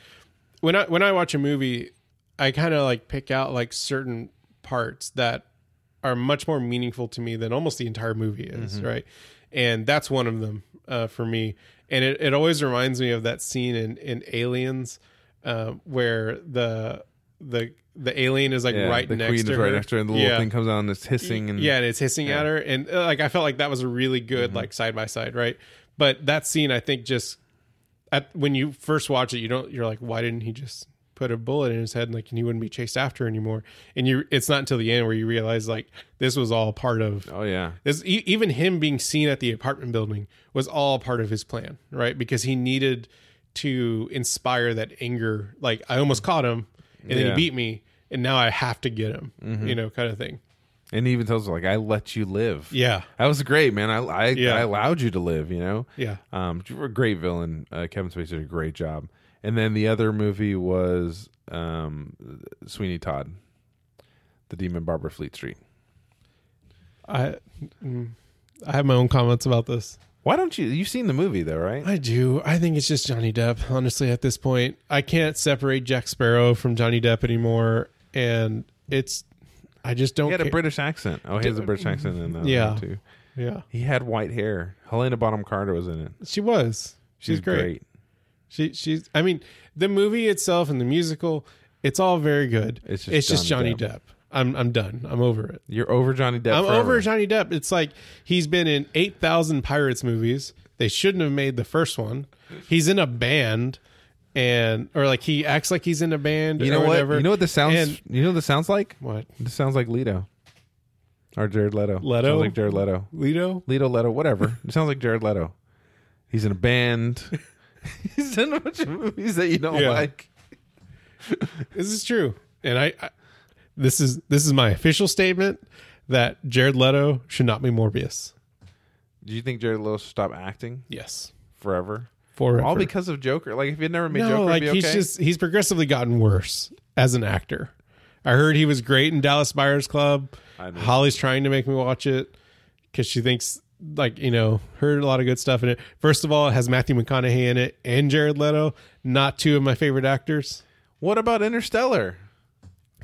Speaker 2: when i when i watch a movie i kind of like pick out like certain parts that are much more meaningful to me than almost the entire movie is
Speaker 1: Mm-hmm.
Speaker 2: right and that's one of them uh, for me and it, it always reminds me of that scene in in aliens uh, where the the the alien is like
Speaker 1: yeah,
Speaker 2: right
Speaker 1: the
Speaker 2: next
Speaker 1: queen
Speaker 2: to
Speaker 1: is
Speaker 2: her
Speaker 1: right next to her, and the little
Speaker 2: Yeah
Speaker 1: thing comes out and it's hissing, and Mm-hmm.
Speaker 2: yeah, and it's hissing at her, and uh, like I felt like that was a really good like side by side, right? But that scene, I think, just at when you first watch it, you don't you're like, why didn't he just put a bullet in his head, like, and he wouldn't be chased after anymore? And you, it's not until the end where you realize like this was all part of
Speaker 1: oh yeah,
Speaker 2: this, e- even him being seen at the apartment building was all part of his plan, right? Because he needed to inspire that anger. Like I almost caught him, and then
Speaker 1: Yeah. Mm-hmm.
Speaker 2: he beat me, and now I have to get him, you know, kind of thing.
Speaker 1: and he even tells her like, I let you live.
Speaker 2: Yeah,
Speaker 1: That was great, man. I I,
Speaker 2: Yeah.
Speaker 1: I allowed you to live, you know.
Speaker 2: yeah.
Speaker 1: Um, you were a great villain. Uh, Kevin Spacey did a great job. And then the other movie was um, Sweeney Todd, The Demon Barber Fleet Street.
Speaker 2: I mm, I have my own comments about this.
Speaker 1: Why don't you? You've seen the movie though, right?
Speaker 2: I do. I think it's just Johnny Depp, honestly, at this point. I can't separate Jack Sparrow from Johnny Depp anymore. And it's I just don't
Speaker 1: He had a
Speaker 2: care.
Speaker 1: British accent. Oh, he has a British accent in that
Speaker 2: Yeah.
Speaker 1: one too.
Speaker 2: Yeah.
Speaker 1: He had white hair. Helena Bonham Carter was in it.
Speaker 2: She was. She's great. She she's I mean, the movie itself and the musical, it's all very good.
Speaker 1: It's
Speaker 2: It's
Speaker 1: just
Speaker 2: just,
Speaker 1: Johnny
Speaker 2: Johnny Depp. I'm I'm done. I'm over it.
Speaker 1: You're over Johnny Depp.
Speaker 2: I'm
Speaker 1: forever.
Speaker 2: over Johnny Depp. It's like he's been in 8,000 Pirates movies. They shouldn't have made the first one. He's in a band and or like he acts like he's in a band
Speaker 1: You know
Speaker 2: or
Speaker 1: what?
Speaker 2: whatever.
Speaker 1: You know what this sounds.
Speaker 2: And-
Speaker 1: you know what this sounds like.
Speaker 2: what?
Speaker 1: This sounds like Leto, or Jared Leto.
Speaker 2: Leto?
Speaker 1: sounds like Jared Leto.
Speaker 2: Leto?
Speaker 1: Leto Leto, whatever. It sounds like Jared Leto. He's in a band. He's in a bunch of movies that you don't
Speaker 2: Yeah.
Speaker 1: like.
Speaker 2: This is true. And I, I this is this is my official statement that Jared Leto should not be Morbius.
Speaker 1: Do you think Jared Leto should stop acting
Speaker 2: Yes.
Speaker 1: forever?
Speaker 2: Forever.
Speaker 1: All because of Joker. Like if he would never made
Speaker 2: no,
Speaker 1: Joker, it'd
Speaker 2: like
Speaker 1: be
Speaker 2: he's
Speaker 1: okay.
Speaker 2: just he's progressively gotten worse as an actor. I heard he was great in Dallas Buyers Club.
Speaker 1: I know.
Speaker 2: Holly's trying to make me watch it because she thinks like you know heard a lot of good stuff in it. First of all, it has Matthew McConaughey in it and Jared Leto, not two of my favorite actors.
Speaker 1: what about Interstellar?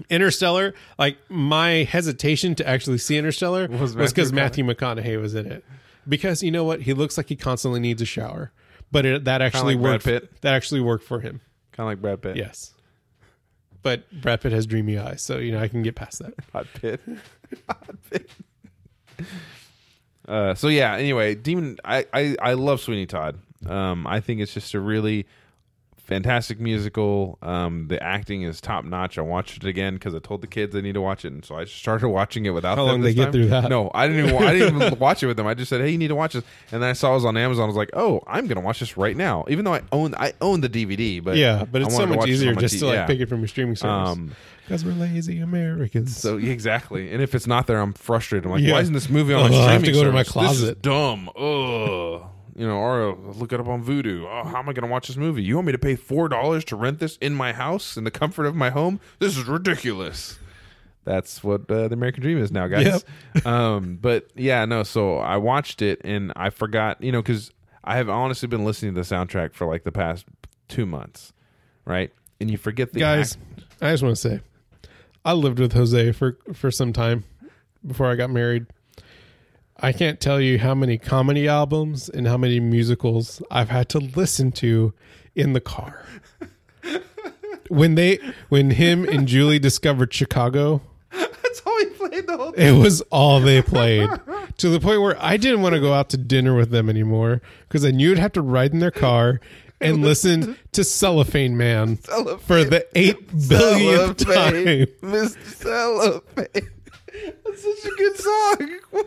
Speaker 2: Interstellar, like my hesitation to actually see Interstellar was because Matthew, McConaughey was in it. Because you know what, he looks like he constantly needs a shower, but it, that actually
Speaker 1: like Brad
Speaker 2: worked.
Speaker 1: Pitt.
Speaker 2: That actually worked for him.
Speaker 1: Kind of like Brad Pitt.
Speaker 2: Yes. But Brad Pitt has dreamy eyes, so you know I can get past that.
Speaker 1: Hot Pit. Hot Pit. Uh, so yeah. Anyway, Demon. I, I I love Sweeney Todd. Um, I think it's just a really fantastic musical. Um, the acting is top notch. I watched it again because I told the kids I need to watch it, and so I started watching it without.
Speaker 2: How
Speaker 1: them
Speaker 2: long
Speaker 1: this
Speaker 2: they get
Speaker 1: time.
Speaker 2: through that?
Speaker 1: No, I didn't. Even, I didn't even watch it with them. I just said, "Hey, you need to watch this," and then I saw it was on Amazon. I was like, "Oh, I'm gonna watch this right now," even though I own I own the DVD. But
Speaker 2: Yeah, but
Speaker 1: I
Speaker 2: it's
Speaker 1: wanted to
Speaker 2: so
Speaker 1: watch this on
Speaker 2: much easier
Speaker 1: my
Speaker 2: just
Speaker 1: T-
Speaker 2: to like
Speaker 1: yeah.
Speaker 2: pick it from your streaming service
Speaker 1: Um,
Speaker 2: because we're lazy Americans.
Speaker 1: So yeah, exactly. And if it's not there, I'm frustrated. I'm like,
Speaker 2: Yeah.
Speaker 1: why isn't this movie on my
Speaker 2: Ugh,
Speaker 1: streaming
Speaker 2: I have to go to my
Speaker 1: service? This is
Speaker 2: closet."
Speaker 1: dumb. Ugh. You know, or uh, look it up on Vudu. Oh, how am I going to watch this movie? You want me to pay four dollars to rent this in my house in the comfort of my home? This is ridiculous. That's what uh, the American Dream is now, guys. um, but yeah, no. So I watched it and I forgot, you know, because I have honestly been listening to the soundtrack for like the past two months, right? And you forget the
Speaker 2: guys,
Speaker 1: act-
Speaker 2: I just want to say, I lived with Jose for for some time before I got married. I can't tell you how many comedy albums and how many musicals I've had to listen to in the car. when they when him and Julie discovered Chicago,
Speaker 1: That's how he played the whole.
Speaker 2: it was all they played to the point where I didn't want to go out to dinner with them anymore because I knew I'd have to ride in their car and listen to Cellophane Man for the eight billionth time.
Speaker 1: Mr. Cellophane. That's such a good song.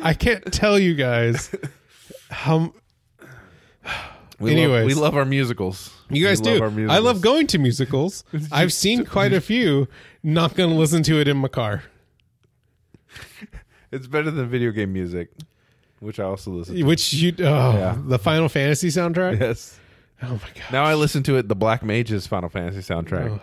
Speaker 2: I can't tell you guys how
Speaker 1: We love,
Speaker 2: Anyways.
Speaker 1: we love our musicals.
Speaker 2: you guys
Speaker 1: We love
Speaker 2: do.
Speaker 1: our musicals.
Speaker 2: I love going to musicals. I've seen quite a few. Not going to listen to it in my car.
Speaker 1: It's better than video game music, which I also listen. to.
Speaker 2: Which you, oh,
Speaker 1: Yeah.
Speaker 2: the Final Fantasy soundtrack.
Speaker 1: Yes.
Speaker 2: Oh my god,
Speaker 1: Now I listen to it, the Black Mage's Final Fantasy soundtrack,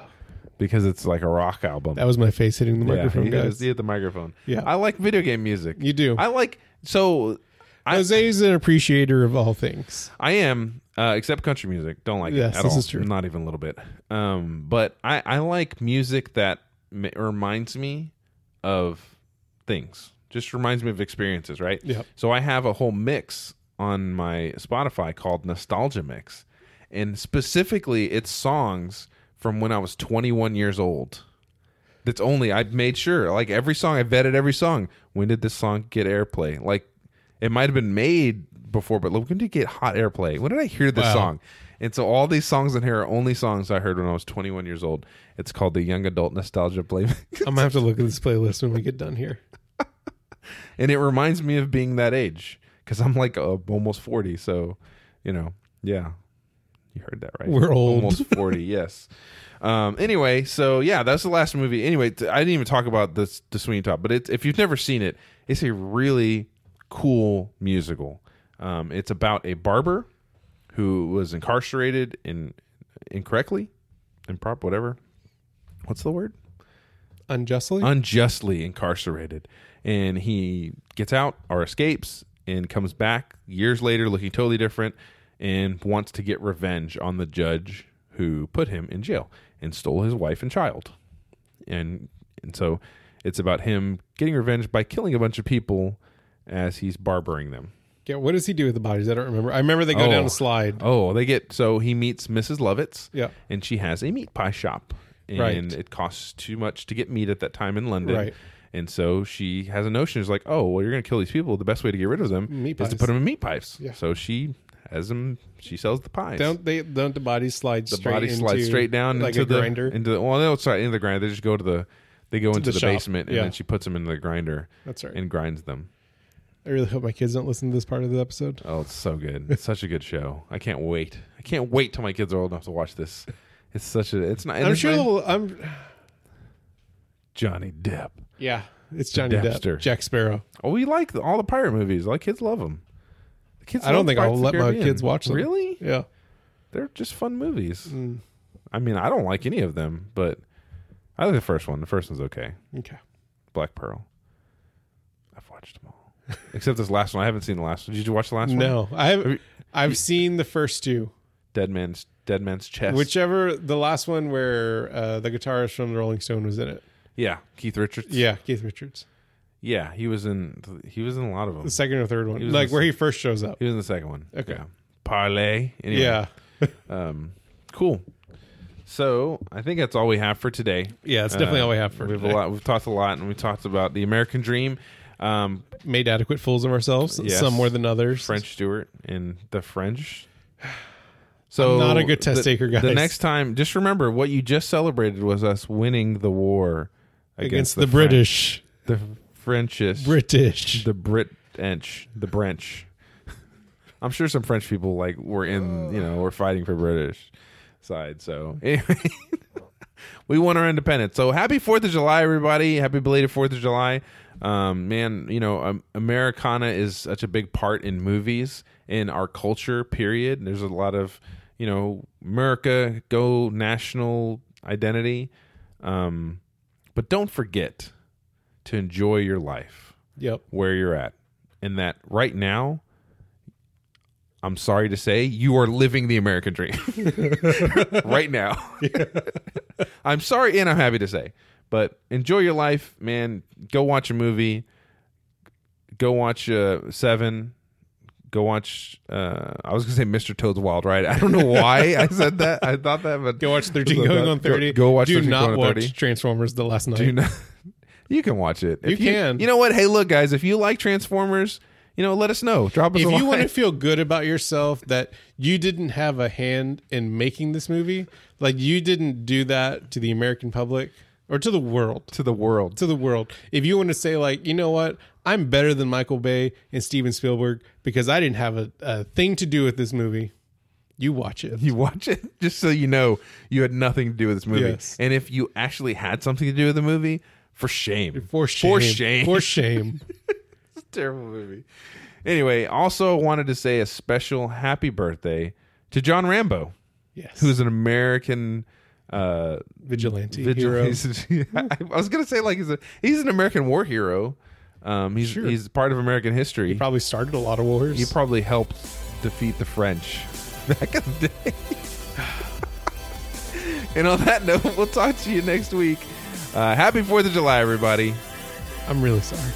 Speaker 1: because it's like a rock album.
Speaker 2: that was my face hitting the
Speaker 1: yeah,
Speaker 2: microphone,
Speaker 1: he
Speaker 2: guys.
Speaker 1: was- he hit the microphone.
Speaker 2: Yeah.
Speaker 1: I like video game music.
Speaker 2: You do.
Speaker 1: I like so. I,
Speaker 2: Jose is an appreciator of all things.
Speaker 1: I am, uh, except country music. Don't like
Speaker 2: Yes,
Speaker 1: it at
Speaker 2: this
Speaker 1: all.
Speaker 2: is true.
Speaker 1: Not even a little bit. Um, but I, I like music that m- reminds me of things. Just reminds me of experiences, right?
Speaker 2: Yep.
Speaker 1: So I have a whole mix on my Spotify called Nostalgia Mix, and specifically, it's songs from when I was 21 years old. That's only I made sure. Like every song, I vetted every song. When did this song get airplay? Like it might have been made before, but like, when did it get hot airplay? When did I hear this
Speaker 2: Wow.
Speaker 1: song? And so all these songs in here are only songs I heard when I was 21 years old. It's called the Young Adult Nostalgia Playlist,
Speaker 2: I'm gonna have to look at this playlist when we get done here.
Speaker 1: and it reminds me of being that age because I'm like uh, almost 40. So, you know, yeah, you heard that right.
Speaker 2: We're old.
Speaker 1: almost 40 yes um anyway so yeah that's the last movie anyway t- i didn't even talk about this the sweeney todd but it's if you've never seen it it's a really cool musical um it's about a barber who was incarcerated in incorrectly improper whatever what's the word
Speaker 2: Unjustly,
Speaker 1: unjustly incarcerated and he gets out or escapes and comes back years later looking totally different and wants to get revenge on the judge who put him in jail and stole his wife and child and and so it's about him getting revenge by killing a bunch of people as he's barbering them
Speaker 2: Yeah, what does he do with the bodies? I don't remember. I remember they go
Speaker 1: Oh.
Speaker 2: down a slide.
Speaker 1: Oh, they get so he meets Mrs. Lovitz.
Speaker 2: Yeah.
Speaker 1: and she has a meat pie shop, and
Speaker 2: Right.
Speaker 1: it costs too much to get meat at that time in London.
Speaker 2: Right.
Speaker 1: And so she has a notion. She's like, "Oh, well, you're going to kill these people. The best way to get rid of them
Speaker 2: Meat
Speaker 1: is to
Speaker 2: pies.
Speaker 1: put them in meat pies."
Speaker 2: Yeah.
Speaker 1: So she has them. She sells the pies.
Speaker 2: Don't they? Don't the bodies slide
Speaker 1: the
Speaker 2: straight
Speaker 1: body
Speaker 2: into
Speaker 1: slides straight down
Speaker 2: like
Speaker 1: into
Speaker 2: a
Speaker 1: the
Speaker 2: grinder?
Speaker 1: into the well, no, it's not into the grinder. They just go to the they go into
Speaker 2: the
Speaker 1: the,
Speaker 2: shop.
Speaker 1: basement and
Speaker 2: Yeah.
Speaker 1: then she puts them in the grinder
Speaker 2: That's right.
Speaker 1: and grinds them.
Speaker 2: I really hope my kids don't listen to this part of the episode.
Speaker 1: Oh, it's so good. It's such a good show. I can't wait. I can't wait till my kids are old enough to watch this. It's such a it's not and
Speaker 2: I'm
Speaker 1: it's
Speaker 2: sure.
Speaker 1: not-
Speaker 2: they'll- I'm.
Speaker 1: Johnny Depp.
Speaker 2: Yeah, it's Johnny Depp,
Speaker 1: Dempster.
Speaker 2: Jack Sparrow.
Speaker 1: Oh, we like the, all the pirate movies. Like kids love them. The kids
Speaker 2: I don't
Speaker 1: love
Speaker 2: think
Speaker 1: Pirates
Speaker 2: I'll
Speaker 1: of
Speaker 2: let
Speaker 1: the
Speaker 2: my
Speaker 1: Caribbean.
Speaker 2: kids watch them. Mm.
Speaker 1: Really?
Speaker 2: Yeah.
Speaker 1: They're just fun movies. I mean, I don't like any of them, but I like the first one. The first one's okay.
Speaker 2: Okay.
Speaker 1: Black Pearl. I've watched them all. Except this last one. I haven't seen the last one. Did you watch the last one?
Speaker 2: No,
Speaker 1: Have
Speaker 2: I've
Speaker 1: you-
Speaker 2: I've seen the first two.
Speaker 1: Dead Man's Dead Man's Chest.
Speaker 2: Whichever the last one where uh, the guitarist from the Rolling Stone was in it.
Speaker 1: yeah, Keith Richards.
Speaker 2: Yeah, Keith Richards.
Speaker 1: Yeah, he was in he was in a lot of them.
Speaker 2: The second or third one,
Speaker 1: He was
Speaker 2: like
Speaker 1: in-
Speaker 2: where he first shows up.
Speaker 1: He was in the second one.
Speaker 2: Okay.
Speaker 1: Yeah. Parlay. Anyway,
Speaker 2: Yeah,
Speaker 1: Um cool. So, I think that's all we have for today.
Speaker 2: yeah, it's definitely
Speaker 1: Uh,
Speaker 2: all we have for
Speaker 1: We've
Speaker 2: today.
Speaker 1: a lot we've talked a lot and we talked about the American dream. Um
Speaker 2: Made adequate fools of ourselves,
Speaker 1: Yes.
Speaker 2: some more than others.
Speaker 1: French Stewart and the French. So
Speaker 2: not a good test
Speaker 1: the-
Speaker 2: taker,
Speaker 1: The
Speaker 2: guys.
Speaker 1: next time, just remember what you just celebrated was us winning the war
Speaker 2: against
Speaker 1: against,
Speaker 2: the,
Speaker 1: French-
Speaker 2: British,
Speaker 1: the Frenchest,
Speaker 2: British.
Speaker 1: the Brit Ench, the French. I'm sure some French people like were in, you know, were fighting for British side. So anyway, we won our independence. So happy Fourth of July, everybody! Happy belated Fourth of July. Um, man, you know, um, Americana is such a big part in movies in our culture. Period. There's a lot of, you know, America go national identity, um, but don't forget to enjoy your life
Speaker 2: yep.
Speaker 1: where you're at. And that right now, I'm sorry to say, you are living the American dream right now. I'm sorry and I'm happy to say, but enjoy your life, man. Go watch a movie. Go watch uh, Seven. Go watch. Uh, I was gonna say Mr. Toad's Wild Ride. I don't know why I said that. I thought that, but
Speaker 2: Go watch thirteen going on thirty.
Speaker 1: Go, go watch.
Speaker 2: Do
Speaker 1: 13
Speaker 2: not
Speaker 1: going on
Speaker 2: watch
Speaker 1: 30.
Speaker 2: Transformers the last night.
Speaker 1: Do not. You can watch it. If
Speaker 2: You can.
Speaker 1: You know what? Hey, look, guys. If you like Transformers, you know, let us know. Drop us
Speaker 2: if
Speaker 1: a
Speaker 2: you
Speaker 1: line.
Speaker 2: want to feel good about yourself that you didn't have a hand in making this movie, like you didn't do that to the American public or to the world,
Speaker 1: to the world.
Speaker 2: to the world. If you want to say like, you know what, I'm better than Michael Bay and Steven Spielberg because I didn't have a, a thing to do with this movie, you watch it.
Speaker 1: You watch it just so you know you had nothing to do with this movie.
Speaker 2: Yes.
Speaker 1: And if you actually had something to do with the movie, for shame.
Speaker 2: For shame.
Speaker 1: For shame.
Speaker 2: For shame.
Speaker 1: terrible movie. Anyway, also wanted to say a special happy birthday to John Rambo,
Speaker 2: Yes.
Speaker 1: who's an American uh,
Speaker 2: vigilante,
Speaker 1: vigil-
Speaker 2: hero?
Speaker 1: he's- I was gonna say like he's a he's an American war hero. Um, he's
Speaker 2: Sure.
Speaker 1: he's part of American history.
Speaker 2: Probably started a lot of wars.
Speaker 1: He probably helped defeat the French back in the day. and on that note, we'll talk to you next week. Uh, happy Fourth of July, everybody.
Speaker 2: I'm really sorry.